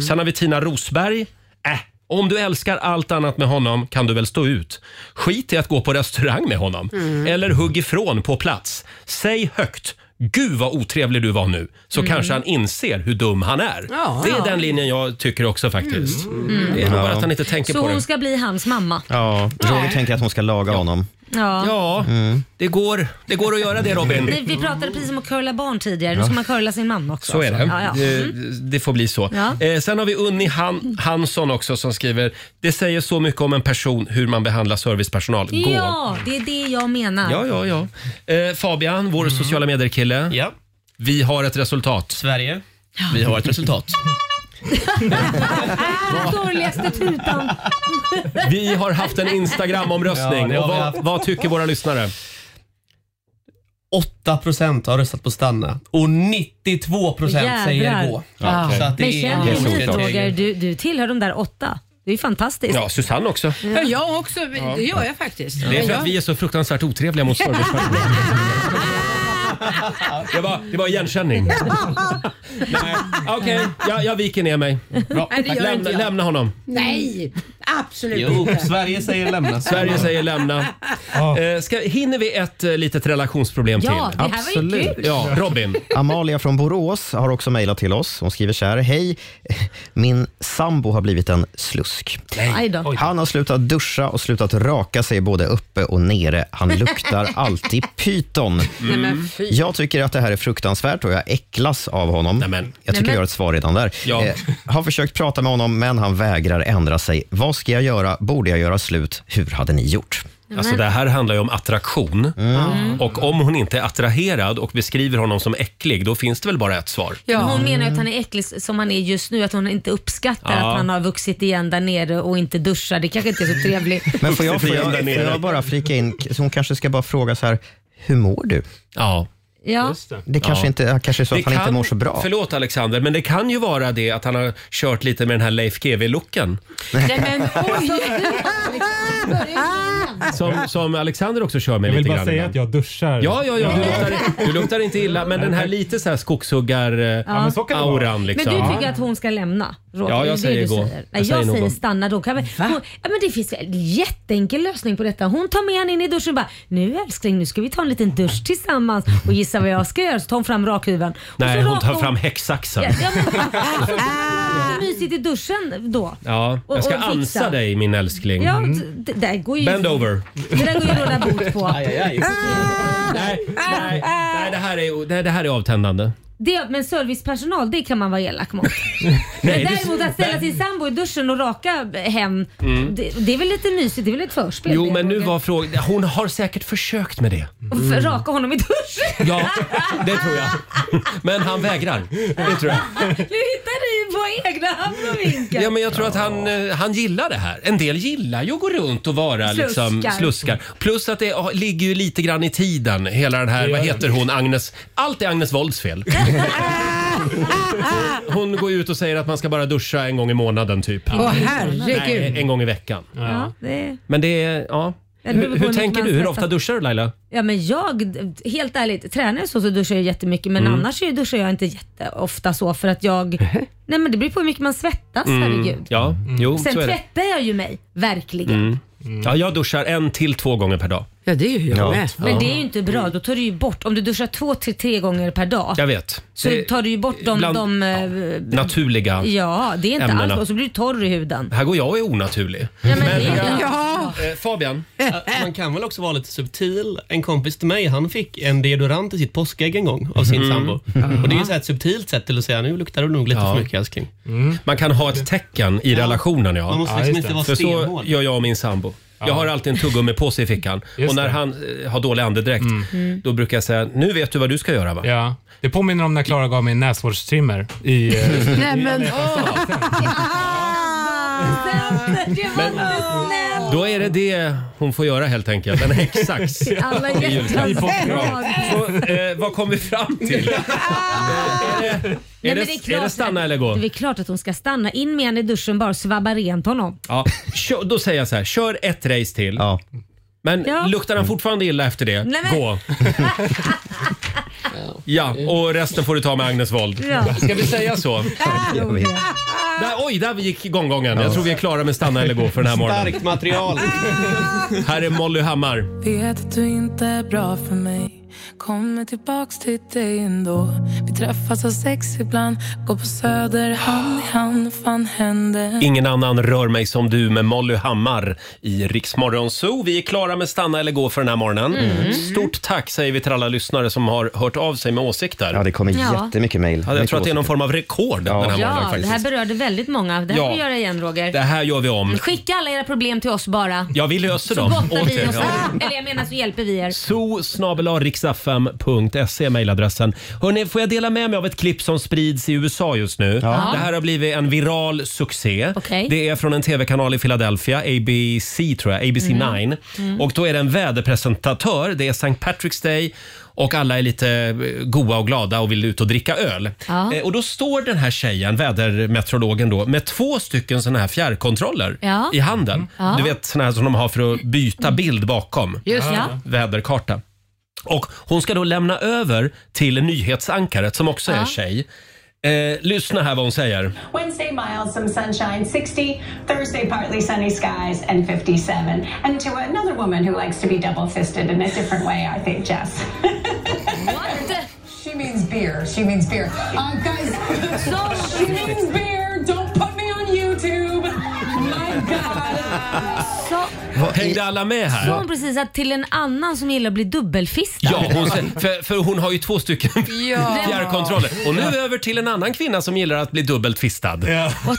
A: Sen har vi Tina Rosberg. Äh, om du älskar allt annat med honom kan du väl stå ut. Skit i att gå på restaurang med honom.
G: Mm.
A: Eller hugg ifrån på plats. Säg högt “Gud vad otrevlig du var nu” så
G: Mm.
A: kanske han inser hur dum han är.
B: Ja.
A: det är den linjen jag tycker också faktiskt.
B: Mm.
A: Det är nog bara
C: Ja.
A: att han inte tänker
B: Så
A: på det.
B: hon ska bli hans mamma.
C: Ja, Roger tänker att hon ska laga honom.
B: Ja.
C: Mm.
A: Det, går, det går att göra det Robin.
B: Vi, vi pratade precis om att curla barn tidigare. Nu
A: Ja.
B: ska man curla sin mamma också.
A: Så är det.
B: Ja, ja.
A: Det,
B: Mm.
A: det får bli så.
B: Ja.
A: Eh, sen har vi Unni Han Hansson också som skriver “Det säger så mycket om en person hur man behandlar servicepersonal. Gå!”
B: ja, det är det jag menar.
A: Ja, ja, ja. Eh, Fabian, vår sociala medier-kille.
G: Ja.
A: Vi har ett resultat.
G: Sverige. Vi har ett resultat.
B: Mm. Sorgligaste tutan.
A: *laughs* Vi har haft en
G: Ja,
A: Instagram-omröstning.
G: det har
A: och
G: vi
A: vad,
G: haft.
A: vad tycker våra lyssnare?
G: 8% har röstat på stanna och 92% säger
B: Jävlar.
G: gå.
B: Ja.
G: Så att det
B: Men
G: är,
B: känn dig
G: det
B: nu
G: är
B: Roger, du, du tillhör de där åtta. Det är ju fantastiskt.
A: Ja, Susanne också.
F: Ja, jag också. Det gör jag faktiskt.
A: Det är
F: Men
A: för att
F: jag-
A: vi är så fruktansvärt otrevliga mot servicepersonal. Det var, det var
F: *laughs*
A: igenkänning. Nej, Okej, jag, jag viker ner mig. Bra.
F: Nej, det gör
A: lämna,
F: inte jag.
A: lämna honom.
F: Nej!
P: Absolut
A: Jo,
P: inte.
A: Sverige säger lämna. Sverige säger lämna. Eh, Ska, hinner vi ett eh, litet relationsproblem
B: Ja,
A: till?
B: det här var ju Absolut. kul.
A: Ja, Robin.
C: Amalia från Borås har också mejlat till oss. Hon skriver så här. Hej, min sambo har blivit en slusk.
B: Aj då.
C: Han har slutat duscha och slutat raka sig både uppe och nere.
B: *laughs*
C: Han luktar alltid pyton.
P: Nej, men fy.
C: Jag tycker att det här är fruktansvärt och jag äcklas av honom. Jag tycker
P: Nämen.
C: jag har ett svar redan där.
P: Ja.
C: Eh, har försökt prata med honom, men han vägrar ändra sig. Vad ska jag göra? Borde jag göra slut? Hur hade ni gjort?
A: Alltså, det här handlar ju om attraktion.
B: Mm.
A: Och om hon inte är attraherad och beskriver honom som äcklig, då finns det väl bara ett svar?
B: Men Hon menar ju att han är äcklig som han är just nu, att hon inte uppskattar
A: Mm. Ja.
B: att han har vuxit igen där nere och inte duschar. Det kanske inte är
A: *laughs*
B: så trevligt.
C: Men får jag,
A: Vuxit
C: får, jag,
A: igen där
C: får
A: nere.
C: jag bara flika in, så hon kanske ska bara fråga så här, hur mår du?
A: Ja.
B: Ja.
C: Det kanske
A: Ja.
C: inte, kanske är så att
A: Det
C: han inte
A: kan-
C: mår så bra.
A: Förlåt Alexander, men det kan ju vara det att han har kört lite med den här Leif GW-looken.
P: Nej men oj!
B: liksom
A: Som, som Alexander också kör med
Q: Jag vill
A: lite
Q: bara
A: grann
Q: säga
A: ibland.
Q: att jag duschar.
A: Ja, ja, ja. Du luktar, du luktar inte illa, men den här lite så här
B: Ja, men så
A: skogshuggar-auran
B: Men
A: liksom.
B: du tycker att hon ska lämna? Roger?
A: Ja, jag
B: Det är det
A: säger
B: du
A: gå.
B: Nej,
A: Jag
B: jag
A: säger
B: säger,
A: nog gå.
B: stanna. Då kan vi, hon, ja, men det finns väl en jätteenkel lösning på detta. Hon tar med henne in i duschen och bara “Nu älskling, nu ska vi ta en liten dusch tillsammans och gissa vad jag ska göra” så tar hon fram rakhyveln. Och
A: Nej,
B: så
A: hon tar
B: rakar
A: fram häcksaxen.
B: Ja, ja, men, så- så mysigt i duschen då.
A: Ja, jag ska
B: Och- och fixa.
A: ansa dig min älskling.
B: Ja, det, det där går ju...
A: Mm. Bend over.
B: Det där går ju att råda bot på. Ah!
A: Aj, aj, aj. Nej, nej, nej, det här är, det, det här är avtändande.
B: Det, men servicepersonal, det kan man vara elak mot.
A: *laughs* Nej,
B: men
A: det-
B: däremot att ställa sin sambo i duschen och raka hem,
A: Mm.
B: det, det är väl lite mysigt? Det är väl ett förspel?
A: Jo,
B: det,
A: men nu
B: Roger?
A: var Mm. frågan... Hon har säkert försökt med det. Mm.
B: Och f- Raka honom i duschen?
A: Ja, det tror jag. Men han vägrar. Det tror jag.
B: nu hittar ni på egna hand och vinkar.
A: Ja, men jag tror att han, eh, han gillar det här. En del gillar ju att gå runt och vara
B: Sluskar.
A: liksom sluskar. Plus att det ja, ligger ju lite grann i tiden, hela den här,
Q: Det gör
A: vad
Q: det.
A: heter hon, Agnes? Allt är Agnes Wolds fel. Hon går ut och säger att man ska bara duscha en gång i månaden typ.
P: Åh, herregud.
A: Nej, en gång i veckan.
B: Ja, det,
A: Men det är, ja.
B: Eller
A: Hur,
B: beror på
A: hur
B: hur
A: tänker
B: mycket
A: du?
B: man
A: Hur
B: stressar.
A: ofta duschar du Laila?
B: ja, men jag, helt ärligt, tränar jag så så duschar jag jättemycket men
A: Mm.
B: annars är- duschar jag inte jätteofta så för att jag... Nej men det beror på hur mycket man svettas, Alltså, herregud.
A: Ja, Mm.
G: Mm.
A: jo,
B: Sen
A: så är det.
B: tvättar jag ju mig, verkligen.
A: Mm. Ja, jag duschar en till två gånger per dag.
F: Ja, det är ju
A: Ja. Mm.
F: jag med.
B: Men det är ju inte bra, då tar du ju bort, om du duschar två till tre gånger per dag
A: Jag vet.
B: så
A: Det-
B: tar du ju bort de...
A: bland-
B: de eh,
A: Naturliga.
B: ja, det är inte
A: ämnena.
B: alls Och så blir du torr i huden.
A: Här går jag och är onaturlig.
B: Ja, men det är
G: jag-
B: ja.
A: Eh, Fabian?
G: Man kan väl också vara lite subtil. En kompis till mig han fick en deodorant i sitt påskägg en gång av sin
A: Mm.
G: sambo. Och Det är ju så här ett subtilt sätt till att säga nu luktar du nog lite
A: Ja.
G: för mycket älskling.
A: Man kan ha ett tecken i relationen. Ja.
G: Mm. Man måste liksom Ja, just inte det. vara
A: För så
G: stenhård.
A: gör jag och min sambo. Jag har alltid en tuggummi på sig i fickan.
N: Just
A: och när
N: det.
A: han eh, har dålig andedräkt,
F: Mm.
A: då brukar jag säga nu vet du vad du ska göra va?
N: Mm. Ja. Det påminner om när Klara gav mig en näsvårdstrimmer i...
F: *laughs*
N: eh,
P: Nej men åh!
A: Då är det det hon får göra helt enkelt. En
B: *laughs*
A: häcksax.
P: Till alla
A: i
P: hjärtans
A: julklapp.
P: dag.
A: Så, eh, vad kom vi fram till?
B: Nej,
A: Är
B: men
A: det,
B: det är
A: är
B: klart-
A: det stanna eller
B: Det är
A: gå?
B: väl klart att hon ska stanna. In med henne i duschen bara och svabba rent honom.
A: Ja. Kör, då säger jag så här, kör ett race till. Men luktar han fortfarande illa efter det,
B: Nej, men- *laughs*
A: gå. ja, och resten får du ta med Agnes Wold.
P: Ja.
A: Ska vi säga så? Eh. Där, oj, där gick gånggången. Jag tror vi är klara med stanna eller gå för den här morgonen.
G: Starkt material.
B: Ah.
A: Här är Molly Hammar.
R: Vet att du inte är bra för mig Kommer tillbaks till dig ändå Vi träffas av sex ibland Går på söder hand i hand Fan händer
B: Mm.
A: Ingen annan rör mig som du med Molly Hammar i Riksmorgon Zoo. Vi är klara med stanna eller gå för den här morgonen.
C: Mm.
A: Stort tack säger vi till alla lyssnare som har hört av sig med åsikter.
C: Ja, det kommer
B: Ja.
C: jättemycket mejl.
A: Ja, jag tror att det är någon form av rekord den här morgonen
B: Ja, det här
A: faktiskt.
B: berörde väldigt många. Det här
A: Ja.
B: får vi göra igen Roger. Mm.
A: Det här gör vi om.
B: Skicka alla era problem till oss bara.
A: Ja, vi löser
B: Så
A: dem
B: gottar
A: åt
B: vi
A: er.
B: oss. Ah!
A: Ja.
B: Eller jag menar så hjälper vi er.
A: zoo.riksfm.se mejladressen. Hörrni, får jag dela med mig av ett klipp som sprids i USA just nu?
B: Ja.
A: Det här har blivit en viral succé.
B: Okej.
A: Det är från en tv-kanal i Philadelphia, ABC tror jag, ABC9.
B: Mm.
A: Och då är det en väderpresentatör, det är St. Patrick's Day och alla är lite eh, goa och glada och vill ut och dricka öl.
B: Ja.
A: Eh, Och då står den här tjejen, vädermeteorologen då, med två stycken såna här fjärrkontroller
B: Ja.
A: i handen.
B: Ja.
A: Du vet såna här som de har för att byta bild bakom.
B: Just det. Ja.
A: Väderkarta. Och hon ska då lämna över till nyhetsankaret som också är
B: Ja.
A: tjej. Eh, lyssna här vad hon säger.
Q: Wednesday, mild, some sunshine, 60. Thursday, partly sunny skies, and 57. And to another woman who likes to be double fisted in a different way, I think, Jess.
B: what?
S: She means beer. She means beer.
F: Ah,
S: Um, guys, she means beer. Don't put me on YouTube. My God.
B: Sa
A: Hängde alla med
B: sa
A: här?
B: hon precis att till en annan som gillar att bli dubbelfistad?
A: Ja, hon, sä- för, för hon har ju två stycken
B: Ja.
A: fjärrkontroller. Och nu över till en annan kvinna som gillar att bli dubbelt fistad.
B: What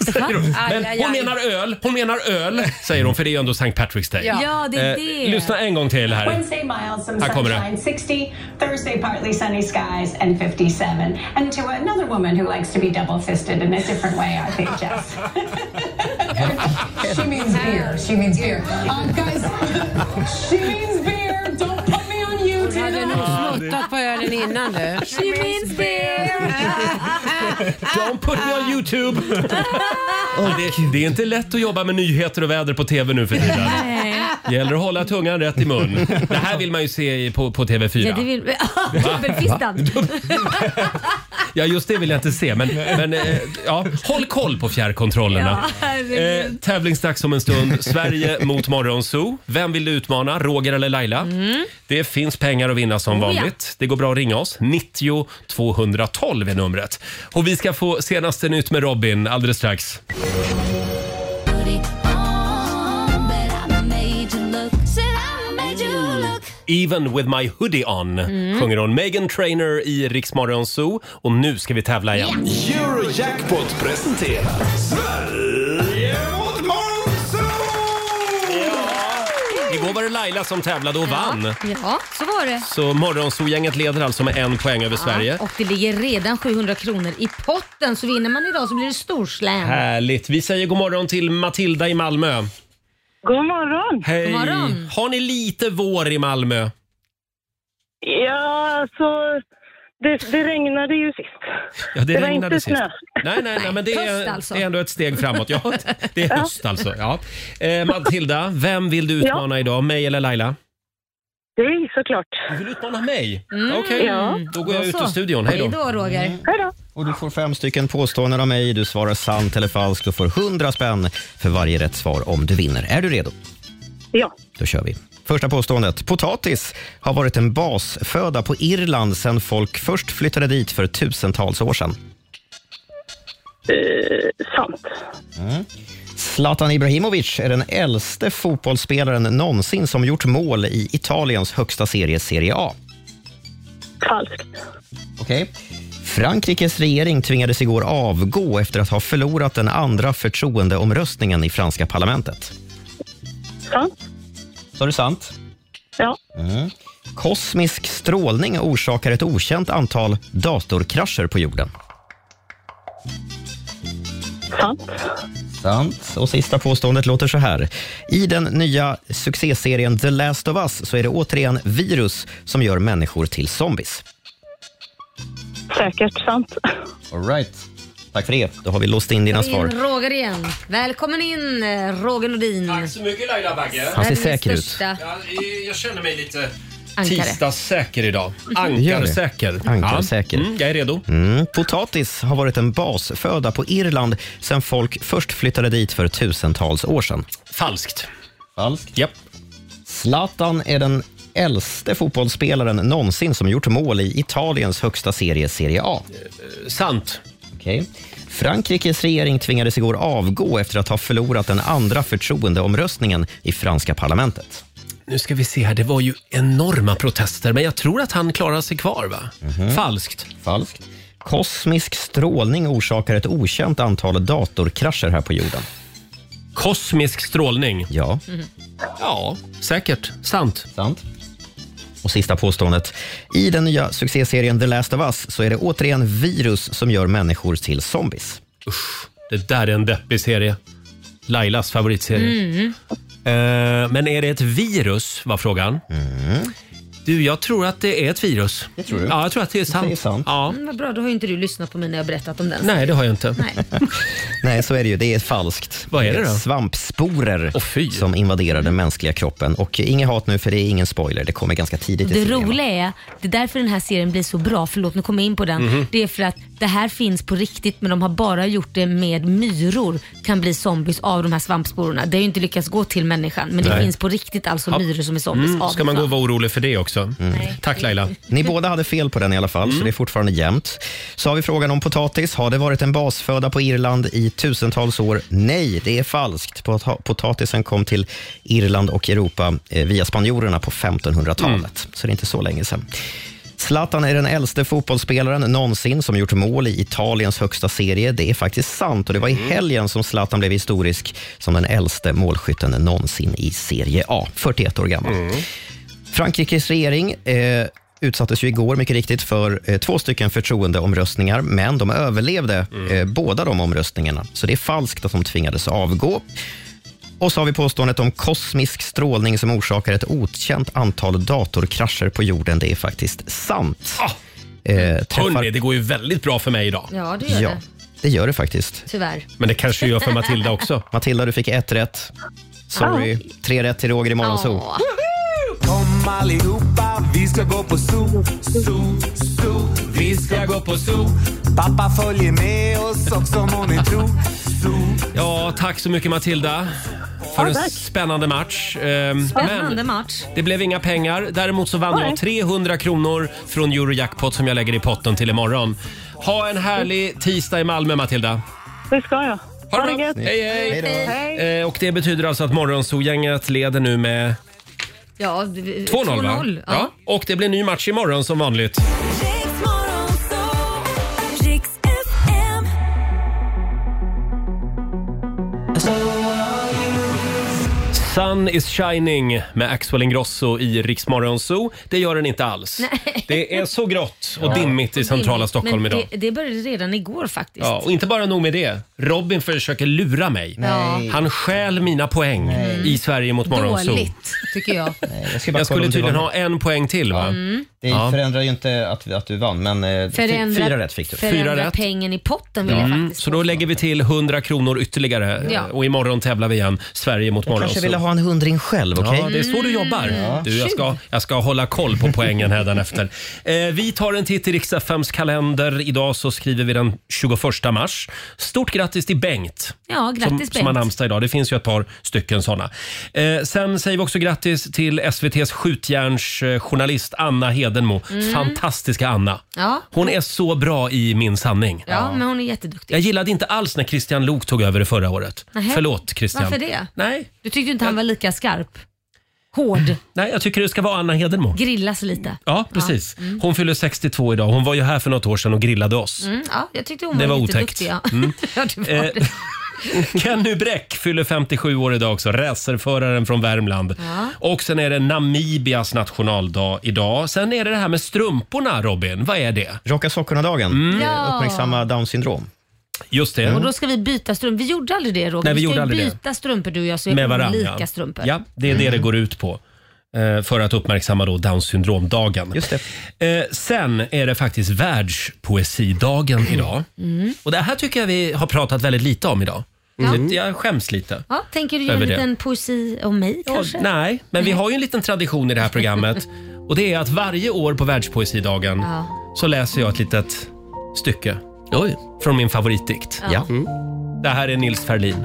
B: the fuck?
A: Men hon menar öl, hon menar öl, säger hon, för det är ju ändå St. Patrick's Day.
Q: Ja. Ja, det är
A: Eh,
Q: det.
A: lyssna en gång till här.
Q: Wednesday, mild, some
A: Här kommer det.
Q: sunshine, 60. Thursday, partly sunny skies, and 57. And to another woman who likes to be double fisted in a different way, I think, Jess.
S: *laughs* She means beer. She means beer. Um, guys, she means beer. Don't put me on YouTube.
F: Hon hade nog snuttat på ölen innan du.
S: She means
F: *laughs*
A: Don't put me on YouTube! Ja, det, det är inte lätt att jobba med nyheter och väder på TV nu för
E: *laughs*
A: tiden. Gäller att hålla tungan rätt i mun. Det här vill man ju se i- på, på TV4.
B: Ja, det vill... *laughs* dubbelfistad.
A: *laughs* Ja, just det vill jag inte se. Men, men eh, ja, håll koll på fjärrkontrollerna.
B: Ja, herregud.
A: eh, tävlingsdags om en stund. Sverige mot Morgonzoo. Vem vill du utmana? Roger eller Laila? Det finns pengar att vinna som
B: Mm. Oh, ja.
A: vanligt. Det går bra att ringa oss. 90 212 är numret. Och vi ska få senaste nytt med Robin alldeles strax. Even with my hoodie on
P: Mm.
A: sjunger hon. Megan Trainer i Rix Morgonzoo. Och nu ska vi tävla igen.
D: Eurojackpot presenterar Sverige mot
A: Igår var det Laila som tävlade och vann.
B: Ja, så var det.
A: Så Morgonzoo-gänget leder alltså med en poäng över Sverige.
B: Ja, och det ligger redan 700 kronor i potten, så vinner man idag så blir det storslam.
A: Härligt. Vi säger god morgon till Matilda i Malmö.
T: God morgon!
A: Hej!
T: God morgon.
A: Har ni lite vår i Malmö?
T: Ja, alltså, det, det regnade ju sist. det var
A: regnade
T: inte
A: sist.
T: snö.
A: Nej, nej, nej, men det
T: Höst
A: är,
T: alltså.
A: det är ändå ett steg framåt. Ja, det är
T: Ja.
A: höst alltså. Ja. Eh, Matilda, vem vill du utmana idag? Mig eller Laila?
T: Dig såklart.
A: Du vill utmana mig?
T: Mm.
A: Okej,
T: Ja.
A: då går jag ut ur studion. Hej då.
B: Roger.
T: Hej då.
C: Och du får fem stycken påståenden av mig. Du svarar sant eller falskt och får 100 spänn för varje rätt svar om du vinner. Är du redo?
T: Ja.
C: Då kör vi. Första påståendet. Potatis har varit en basföda på Irland sedan folk först flyttade dit för tusentals år sedan.
T: Eh, sant.
C: Mm. Zlatan Ibrahimovic är den äldste fotbollsspelaren någonsin som gjort mål i Italiens högsta serie, Serie A.
T: Falskt.
C: Okej. Frankrikes regering tvingades igår avgå efter att ha förlorat den andra förtroendeomröstningen i franska parlamentet.
T: Sant.
C: Sa du sant?
T: Ja.
C: Mm. Kosmisk strålning orsakar ett okänt antal datorkrascher på jorden.
T: Sant.
C: Sant. Och sista påståendet låter så här. I den nya succéserien The Last of Us så är det återigen virus som gör människor till zombies.
T: Säkert sant.
C: All right. Tack för det. Då har vi låst in dina
B: Kom in,
C: svar.
B: Roger igen. Välkommen in eh, Roger Nordin. Tack
A: så mycket Laila Bagge.
C: Han ser säker ut.
A: jag känner mig lite
B: Ankare.
A: tisdagssäker idag.
C: Gör Mhm. det.
A: Ankarsäker.
C: Ankarsäker.
A: Ja. Mm, jag är redo.
C: Mm. Potatis har varit en basföda på Irland sedan folk först flyttade dit för tusentals år sedan.
A: Falskt.
C: Falskt?
A: Japp.
C: Zlatan är den äldste fotbollsspelaren någonsin som gjort mål i Italiens högsta serie, Serie A.
A: Eh, sant.
C: Okej. Frankrikes regering tvingades igår avgå efter att ha förlorat den andra förtroendeomröstningen i franska parlamentet.
A: Nu ska vi se här, det var ju enorma protester men jag tror att han klarar sig kvar va? Mhm. Falskt.
C: Falskt. Kosmisk strålning orsakar ett okänt antal datorkrascher här på jorden.
A: Kosmisk strålning.
C: Ja.
A: Ja, säkert. Sant.
C: Sant. Och sista påståendet. I den nya succéserien The Last of Us så är det återigen virus som gör människor till zombies.
A: Det där är en deppig serie. Lailas favoritserie.
B: Mm.
A: Eh, men är det ett virus, var frågan. Du, jag tror att det är ett virus. Det
B: tror du?
A: Ja, jag tror att det är sant. Det är sant. Ja.
B: Mm, vad bra, då har ju inte du lyssnat på mig när jag berättat om den.
A: Nej, det har jag inte.
C: *laughs* Nej, så är det ju. Det är falskt. Vad
A: är det då?
C: Svampsporer som invaderar den mänskliga kroppen. Och inget hat nu, för det är ingen spoiler. Det kommer ganska tidigt i
B: Det
C: serien.
B: roliga är, det är därför den här serien blir så bra, förlåt nu kommer jag in på den.
C: Mhm.
B: Det är för att det här finns på riktigt men de har bara gjort det med myror kan bli zombies av de här svampsporerna. Det har ju inte lyckats gå till människan men det
A: Nej.
B: finns på riktigt alltså
A: Ja. Mm.
B: myror som är zombies av
A: Ska man gå och
B: svamp.
A: vara orolig för det också? Mm. Tack Laila. Mm.
C: Ni båda hade fel på den i alla fall, så det är fortfarande jämnt. Så har vi frågan om potatis. Har det varit en basföda på Irland i tusentals år? Nej, det är falskt. Pota- Potatisen kom till Irland och Europa eh, via spanjorerna på 1500-talet,
A: Mm.
C: så det är inte så länge sedan. Zlatan är den äldste fotbollsspelaren någonsin som gjort mål i Italiens högsta serie. Det är faktiskt sant och det var i helgen som Zlatan blev historisk som den äldste målskytten någonsin i Serie A, 41 år gammal. Frankrikes regering eh, utsattes ju igår mycket riktigt för eh, två stycken förtroendeomröstningar, men de överlevde eh, båda de omröstningarna. Så det är falskt att de tvingades avgå. Och så har vi påståendet om kosmisk strålning som orsakar ett okänt antal datorkrascher på jorden. Det är faktiskt sant. Eh,
A: Hörrni, det går ju väldigt bra för mig idag.
B: Ja, det gör
C: ja,
B: det.
C: det gör det faktiskt.
B: Tyvärr.
A: Men det kanske gör för Matilda också.
C: Matilda, du fick ett rätt. Sorry, tre rätt till Roger i Morgonzoo.
L: Kom allihopa, vi ska gå på zoo, zoo, zoo. Vi ska gå på zoo. Pappa följer med oss också må ni tro.
A: Ja, tack så mycket Matilda. För
B: Ja,
A: en
B: tack.
A: spännande match. Ehm,
B: Spännande
A: Men
B: match.
A: det blev inga pengar. Däremot så vann
B: Nej.
A: jag 300 kronor från Eurojackpot som jag lägger i potten till imorgon. Ha en härlig tisdag i Malmö Matilda.
T: Det ska jag.
A: Ha det
T: gött.
A: Hej, hej.
T: Hej.
A: Eh, och det betyder alltså att Morgonzoo-gänget leder nu med
B: Ja,
A: 2-0 va?
B: 2-0,
A: Ja. Och det blir ny match imorgon som vanligt. Sun is shining med Axel Ingrosso i Rix Morgonzoo. Det gör den inte alls. Det är så grått och
B: Ja.
A: dimmigt i centrala Stockholm
B: men
A: idag.
B: Det, det började redan igår faktiskt.
A: Ja, och inte bara nog med det. Robin försöker lura mig.
B: Nej.
A: Han stjäl mina poäng i Sverige mot Morgonzoo.
B: Dåligt tycker jag.
C: Jag, ska bara
A: Jag
C: kolla om
A: skulle
C: du
A: tydligen
C: vann.
A: ha en poäng till va?
B: Mm.
C: Det
A: Ja.
C: förändrar ju inte att, att du vann, men eh, fy-
B: Förändra,
C: fyra rätt fick du.
B: Förändra pengen i potten vill
A: Ja.
B: jag faktiskt.
A: Mm, Så då lägger vi till 100 kronor ytterligare
B: Ja.
A: och imorgon tävlar vi igen Sverige mot
C: Jag
A: Morgonzoo.
C: kanske ville ha en hundring själv, okej? Mm.
A: Ja, det är så du jobbar. Du, jag, ska, jag ska hålla koll på poängen
C: *laughs*
A: hädanefter. Eh, vi tar en titt i riksdagsfems kalender. Idag så skriver vi den 21 mars. Stort grattis till Bengt.
B: Ja, grattis
A: som,
B: Bengt.
A: Som har namnsdag idag. Det finns ju ett par stycken sådana. Eh, sen säger vi också grattis till SVTs skjutjärnsjournalist Anna Hedenmo.
B: Mm.
A: Fantastiska Anna.
B: Ja.
A: Hon är så bra i Min sanning.
B: Ja, men hon är jätteduktig.
A: Jag gillade inte alls när Christian Lok tog över det förra året.
B: Nähä.
A: Förlåt Christian.
B: Varför det?
A: Nej. Mm.
B: Du tyckte inte han var lika skarp? Hård?
A: Nej, jag tycker det ska vara Anna Hedenmo.
B: Grillas lite?
A: Ja, precis.
B: Ja. Mm.
A: Hon fyller 62 idag. Hon var ju här för något år sedan och grillade oss.
B: Mm, ja, jag tyckte hon
A: Det
B: var,
A: var
B: lite
A: otäckt.
B: duktig. Ja.
A: Mm.
B: *laughs* ja, det var det.
A: Eh, Kenny Bräck fyller 57 år idag också, racerföraren från Värmland.
B: Ja.
A: Och sen är det Namibias nationaldag idag. Sen är det det här med strumporna, Robin. Vad är det? Mm.
C: Rocka sockorna-dagen.
B: Ja.
C: Uppmärksamma Downs syndrom.
A: Just det.
B: Och då ska vi byta strumpor. Vi gjorde aldrig det Roger.
A: eh. Nej, vi gjorde
B: ska ju
A: aldrig det.
B: byta strumpor du och jag så vi har
A: varann,
B: lika
A: ja.
B: strumpor.
A: Ja, det är det det går ut på. eh, För att uppmärksamma då Downs syndromdagen. Just Sen är det faktiskt världspoesidagen idag.
B: Mm.
A: Och det här tycker jag vi har pratat väldigt lite om idag.
B: Mm.
A: Så Jag skäms lite.
B: Ja, tänker du göra en
A: Över det.
B: liten poesi om mig kanske?
A: Nej, men vi har ju en liten tradition i det här
B: *laughs*
A: programmet. Och det är att varje år på världspoesidagen
B: Ja.
A: så läser jag ett litet stycke. Från min favoritdikt.
B: Ja.
A: Mm. Det här är Nils Ferlin.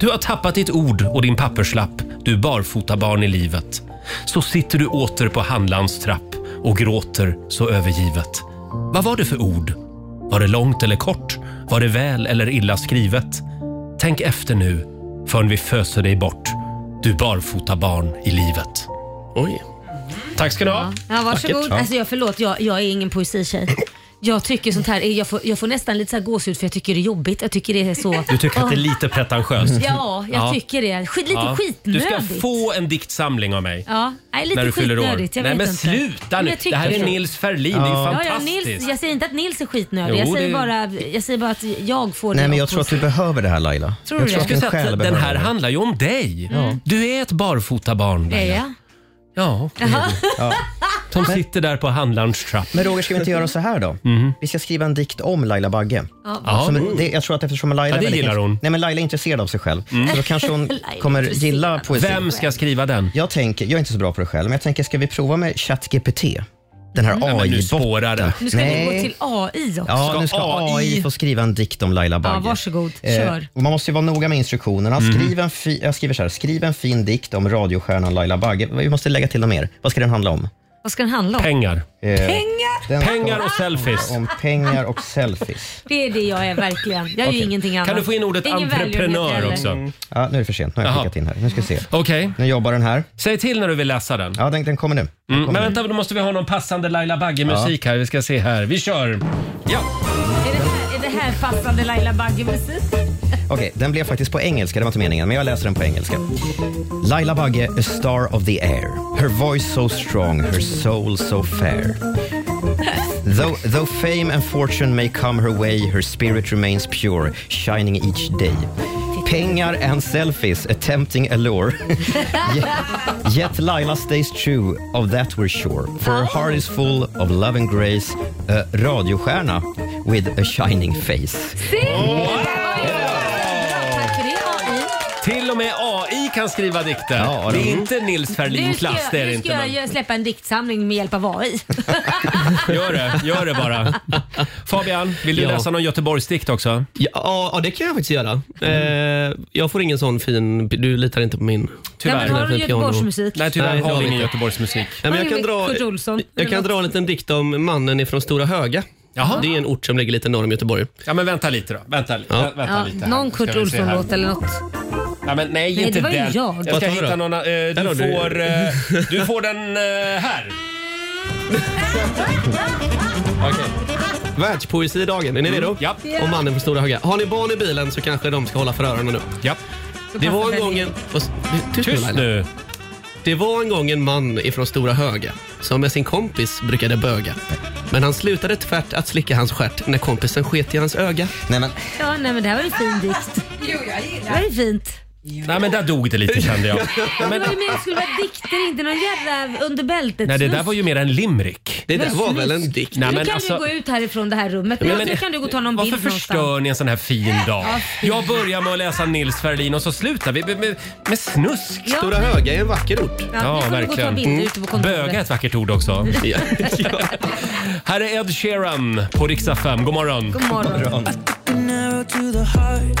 A: Du har tappat ditt ord och din papperslapp, du barfota barn i livet. Så sitter du åter på handlarns trapp och gråter så övergivet. Vad var det för ord? Var det långt eller kort? Var det väl eller illa skrivet? Tänk efter nu, förrän vi föser dig bort, du barfota barn i livet. Oj. Tack ska ni ha.
B: Ja, varsågod.
A: Vackert. Ja.
B: Alltså, jag, förlåt, jag, jag är ingen poesitjej. Jag tycker sånt här, är- jag får, jag får nästan lite så här gåshud för jag tycker det är jobbigt. Jag tycker det är så...
A: Du tycker att det är
B: Åh.
A: lite pretentiöst?
B: Ja, jag tycker det. Skit, lite
A: Ja. Du
B: skitnödigt.
A: ska få en diktsamling av mig.
B: Ja, nej, lite
A: när du fyller år.
B: skitnödigt. Jag
A: Nej
B: vet
A: men
B: inte.
A: sluta
B: Men
A: nu.
B: jag
A: Det här
B: tycker
A: är
B: så.
A: Nils Ferlin. Det är ju
B: Ja, ja, Nils,
A: fantastiskt.
B: jag säger inte att Nils är skitnödig.
A: Jo,
B: jag, säger
A: det-
B: bara, jag säger bara att jag får det
C: Nej, men jag
B: av
C: tror att du
B: poesi.
C: behöver det här Laila.
B: Tror
C: jag
B: du
C: tror
B: det?
C: att din
B: Jag skulle säga att
A: Den
C: själ behöver
A: här
C: det.
A: handlar ju om dig. Du är ett barfota barn.
B: Är
A: Laila.
B: jag?
A: Ja, det är
B: Jaha.
A: det. De sitter där på handlarns trapp.
C: Men Roger, ska vi inte göra så här då? Vi ska skriva en dikt om Laila Bagge.
A: Mhm. Ja. Mm.
C: Som det, jag tror att eftersom Laila,
A: Ja,
C: är
A: det
C: väldigt
A: gillar
C: int-
A: hon.
C: Nej, men Laila är intresserad av sig själv.
A: Mm.
C: Så då kanske
B: *laughs*
C: hon
A: Laila är
C: kommer
A: intresserad.
C: gilla poesi.
A: Vem ska skriva den?
C: Jag, tänker, jag är inte så bra på det själv, men jag tänker, ska vi prova med ChatGPT? Den här
A: Mm. men nu spårar
C: AI-botten.
A: det.
B: Nu ska det gå till AI också.
C: Ja, nu ska AI få skriva en dikt om Laila Bagge.
B: Ja, varsågod.
C: Eh,
B: Kör.
C: och man måste ju vara noga med instruktionerna.
A: Mm.
C: Skriv en fi, jag skriver så här, skriv en fin dikt om radiostjärnan Laila Bagge. Vi måste lägga till något mer. Vad ska den handla om?
B: Vad ska den handla om?
C: Eh,
B: Pengar?
C: den ska-
A: Pengar och selfies.
C: Om pengar och selfies.
B: Det är det jag är verkligen. Jag är ju
C: Okej.
B: ingenting annat. Ingen välgörenhet heller.
C: Ja, nu är det för sent. Nu har jag
A: Jaha.
C: klickat in här. Nu ska vi se.
A: Okej.
C: Nu jobbar den här.
A: Säg till när du vill läsa den.
C: Ja, den, den kommer nu. Den
A: Mm,
C: kommer
A: men
C: nu.
A: vänta, då måste vi ha någon passande Laila Bagge-musik här. Vi ska se här. Vi kör! Ja.
B: Är, det här, är det här passande Laila Bagge-musik?
C: Okej, den blev faktiskt på engelska, det var inte meningen, men jag läser den på engelska. Laila Bagge, a star of the air. Her voice so strong, her soul so fair. Though, though fame and fortune may come her way, her spirit remains pure, shining each day. Pengar and selfies, a tempting allure. *laughs* yet, yet Laila stays true, of that we're sure. For her heart is full of love and grace, a radiostjärna with a shining face.
B: Tack för det AI.
A: Till och med AI kan skriva dikter. det är inte Nils
B: Nu ska,
A: Ferlin-klass.
B: jag,
A: Det är det
B: nu
A: inte.
B: ska jag
A: Men...
B: göra- släppa en diktsamling med hjälp av AI.
A: Gör det, gör det bara. Fabian, vill du
G: Ja.
A: läsa någon Göteborgsdikt också?
G: Ja, ja, det kan jag faktiskt göra. Eh, jag får ingen sån fin... Du litar inte på min...
A: Tyvärr. Nej, men har du
G: Fin piano.
A: Göteborgsmusik? Nej, tyvärr har
G: det
A: vi
G: vi
A: ingen
G: inte.
A: Göteborgsmusik.
G: Nej, men
A: Har
G: jag kan
A: ni
G: dra,
A: Kurt Olsson?
G: jag kan
A: Eller
G: dra en liten dikt om mannen ifrån Stora Höga. Det är en ort som ligger lite norr om Göteborg.
A: Ja, men vänta lite då. Vänta, li- vä- vänta
B: Ja,
A: lite här.
B: någon
A: Ska
B: Kurt
A: vi se
B: Olsson-låt
A: här.
B: eller något.
A: Nej, men nej,
B: Nej,
A: inte
B: det var ju
A: den.
B: jag.
A: Jag
B: Vad
A: ska
B: tar du
A: hitta
B: då?
A: någon... eh,
B: Den har
A: du,
B: du.
A: får, eh,
G: *laughs*
A: du får den eh, här.
G: Världspoesidagen, är ni redo?
A: Ja.
G: Och mannen från Stora Höga. Har ni barn i bilen så kanske de ska hålla för öronen nu.
A: Ja.
G: Det var en
A: passar
G: gång
A: den
G: en... Vad s- Tyst,
A: Tyst
G: Laila.
A: nu.
G: Det var en gång en man ifrån Stora Höga som med sin kompis brukade böga. Men han slutade tvärt att slicka hans stjärt när kompisen sket i hans öga.
C: Nej, men...
B: Ja, nej, men det här var ju en fin dikt.
S: Jo, jag
B: Det var
S: gillar
B: ju fint.
A: Nej, men där dog det lite kände jag.
B: Det var ju mer det skulle vara dikter, inte någon jävla under bältet.
A: Nej, det där var ju mer en limrik.
B: Det där var väl
A: en dikt?
B: nu kan du gå ut härifrån det här rummet.
A: Nej,
B: Nu,
A: men-
B: nu kan du gå och ta någon bild
A: Varför
B: någonstans.
A: förstör ni en sån här fin dag?
B: Ja, fy.
A: Jag börjar med att läsa Nils Ferlin och så slutar vi med, med, med snusk.
B: Ja. Stora Höga
G: är en vacker ort. Mm.
B: Ja, nu får du gå och ta bilder ute på kontoret.
A: Mm. Böga är ett vackert ord
B: *laughs*
A: också.
G: Ja.
A: Här är Ed Sheeran på riksdag 5. God morgon.
B: God morgon. God
H: *laughs* An arrow to the heart.